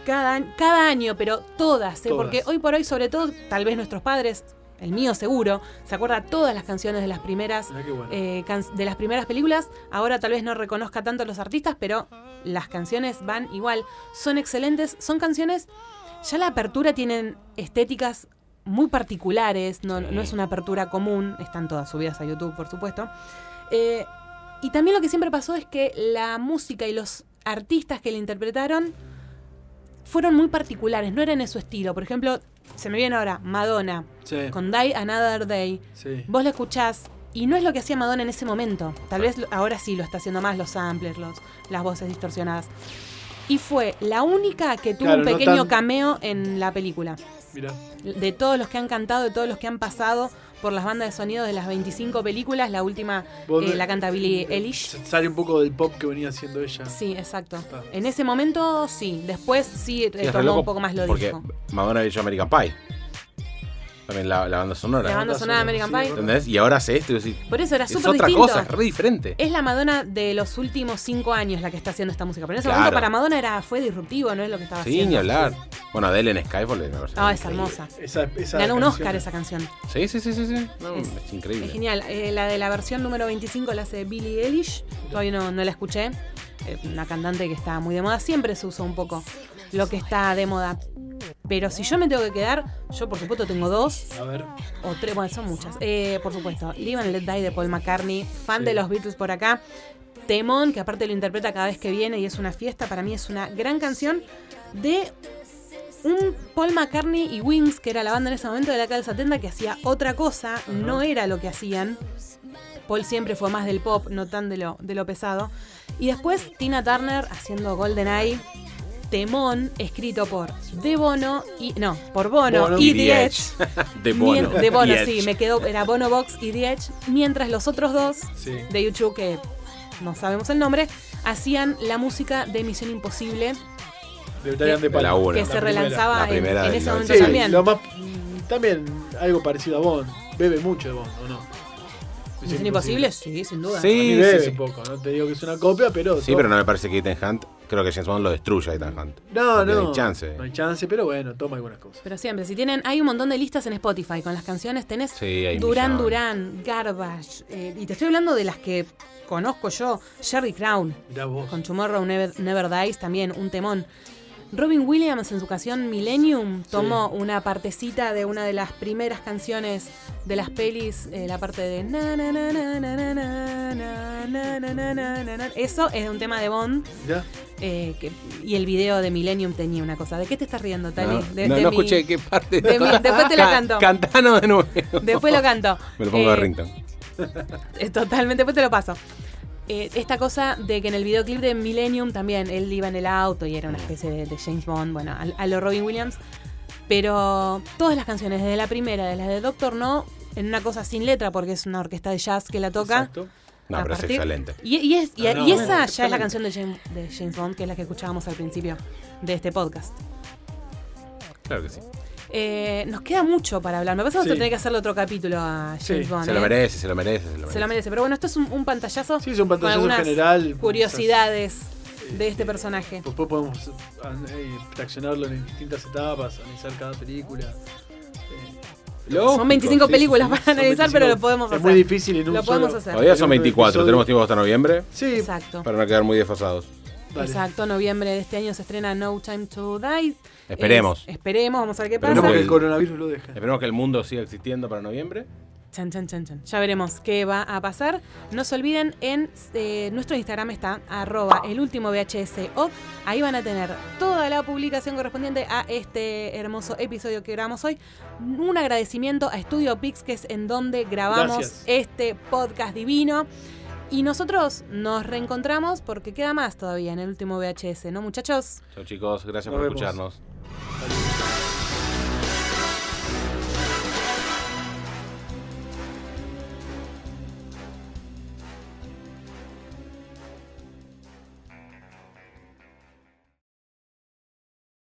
cada, cada año, pero todas, ¿eh? Todas. porque hoy por hoy sobre todo tal vez nuestros padres, el mío seguro, se acuerda todas las canciones de las primeras Mirá qué bueno. eh, can- de las primeras películas. Ahora tal vez no reconozca tanto a los artistas, pero las canciones van igual. Son excelentes, son canciones. Ya la apertura tienen estéticas muy particulares, no, Sí. no es una apertura común, están todas subidas a YouTube, por supuesto. Eh, y también lo que siempre pasó es que la música y los artistas que la interpretaron fueron muy particulares, no eran en su estilo. Por ejemplo, se me viene ahora Madonna sí, con Die Another Day. sí. Vos lo escuchás y no es lo que hacía Madonna en ese momento. Tal vez lo- ahora sí lo está haciendo más los samplers, los, las voces distorsionadas. Y fue la única que tuvo Claro, un no pequeño tan- cameo en la película. Mirá. De todos los que han cantado, de todos los que han pasado por las bandas de sonido de las 25 películas, la última Vos- eh, la canta Billie Eilish. S- Sale un poco del pop que venía haciendo Ah. ella. Sí, exacto. Está. En ese momento sí, después sí, eh, Sí, es re tomó loco un poco más lo Porque dijo. Madonna había hecho American Pie. También la, la banda sonora. La banda sonora de American Sí, Pie. ¿Entendés? Y ahora hace esto y vos decís, Por eso era es súper otra distinto. cosa, es re diferente. Es la Madonna de los últimos cinco años la que está haciendo esta música. Pero en ese Claro. momento para Madonna era, fue disruptivo, no es lo que estaba Sí, haciendo. ni hablar. Bueno, Adele en Skyfall me parece Ah, es increíble. hermosa. Esa, esa Ganó un canción- Oscar esa canción. Sí, sí, sí, sí. sí. No, Es- es, increíble. Es genial. Eh, la de la versión número 25 la hace Billie Eilish. Todavía no, no la escuché. Eh, una cantante que está muy de moda. Siempre se usa un poco lo que está de moda. Pero si yo me tengo que quedar, yo por supuesto tengo dos A ver. o tres, bueno, son muchas. Eh, por supuesto, Live and Let Die de Paul McCartney, fan Sí. de los Beatles por acá. Temón, que aparte lo interpreta cada vez que viene y es una fiesta, para mí es una gran canción de un Paul McCartney y Wings, que era la banda en ese momento de la del 70 que hacía otra cosa, no era lo que hacían. Paul siempre fue más del pop, no tan de lo, de lo pesado. Y después Tina Turner haciendo GoldenEye, Temón, escrito por De Bono y. No, por Bono, Bono y y The The Edge. Edge. De Mien- Bono. de Bono, The sí, Edge. me quedó, era Bono Box y The Edge, mientras los otros dos Sí. de YouTube, que no sabemos el nombre, hacían la música de Misión Imposible, Deberían de De la Palma. una. que se primera. relanzaba La en, primera en del ese momento 96. Sí, también. lo más- mm, también algo parecido a Bond. Bebe mucho de Bond, ¿o no? Misión Imposible, sí, sin duda. A mí Sí, bebe sí, un sí. poco, no te digo que es una copia, pero. Sí, pero no me parece que Ethan Hunt. Creo que James Bond lo destruye a Ethan Hunt. No, no. No hay chance. No hay chance, pero bueno, toma algunas cosas. Pero siempre, si tienen, hay un montón de listas en Spotify con las canciones, tenés Sí, hay Durán millón. Durán, Garbage, eh, y te estoy hablando de las que conozco yo, Sherry Crown, Mirá vos. con Tomorrow Never, Never Dies también, un temón. Robin Williams en su canción Millennium tomó una partecita de una de las primeras canciones de las pelis, eh, la parte de... na, na, na, na, na, na, na, na, na, na, na, na, na. Eso es de un tema de Bond Mirá. eh, que- y el video de Millennium tenía una cosa. ¿De qué te estás riendo, Tani? No, De- Ah, no, de no mi- escuché qué parte. de mi- después te la Ca- canto. Cantanos de nuevo. Después lo canto. Me lo pongo de Eh, ringtone. Eh, Totalmente, después te lo paso. Eh, esta cosa de que en el videoclip de Millennium también él iba en el auto y era una especie de, de James Bond, bueno, a, a lo Robin Williams. Pero todas las canciones, desde la primera, de las de Doctor No, en una cosa sin letra, porque es una orquesta de jazz que la toca. Exacto. No, a pero es partir- excelente. Y, y es- y- Ah, No, no, y no, esa ya es la exactamente. canción de James, de James Bond, que es la que escuchábamos al principio de este podcast. Claro que sí. Eh, nos queda mucho para hablar. Me parece que vamos a Sí. tener que hacerle otro capítulo a Sí, James Bond. Se lo ¿eh? merece, se lo merece, se lo merece. Se lo merece. Pero bueno, esto es un, un pantallazo. Sí, es un pantallazo con algunas general. Curiosidades de este Este, personaje. Después podemos eh, fraccionarlo en distintas etapas, analizar cada película. Eh, Lógico, Son 25 sí, películas sí, para son analizar, pero 25. lo podemos Es muy hacer. difícil en un Lo podemos solo- sí. hacer. Todavía son en un 24, episodio. tenemos tiempo hasta noviembre Sí, Exacto. para no quedar muy desfasados. dale. Exacto, noviembre de este año se estrena No Time to Die. Esperemos. Es- esperemos, vamos a ver qué Esperemos pasa. Esperemos que El- el coronavirus lo deje. Esperemos que el mundo siga existiendo para noviembre. Chan, chan, chan, chan. Ya veremos qué va a pasar. No se olviden, en eh, nuestro Instagram está arroba el último VHSO. Ahí van a tener toda la publicación correspondiente a este hermoso episodio que grabamos hoy. Un agradecimiento a Estudio Pix, que es en donde grabamos Gracias. este podcast divino. Y nosotros nos reencontramos porque queda más todavía en el último VHS, ¿no, muchachos? Chao chicos, gracias Nos por vemos. escucharnos. Dale.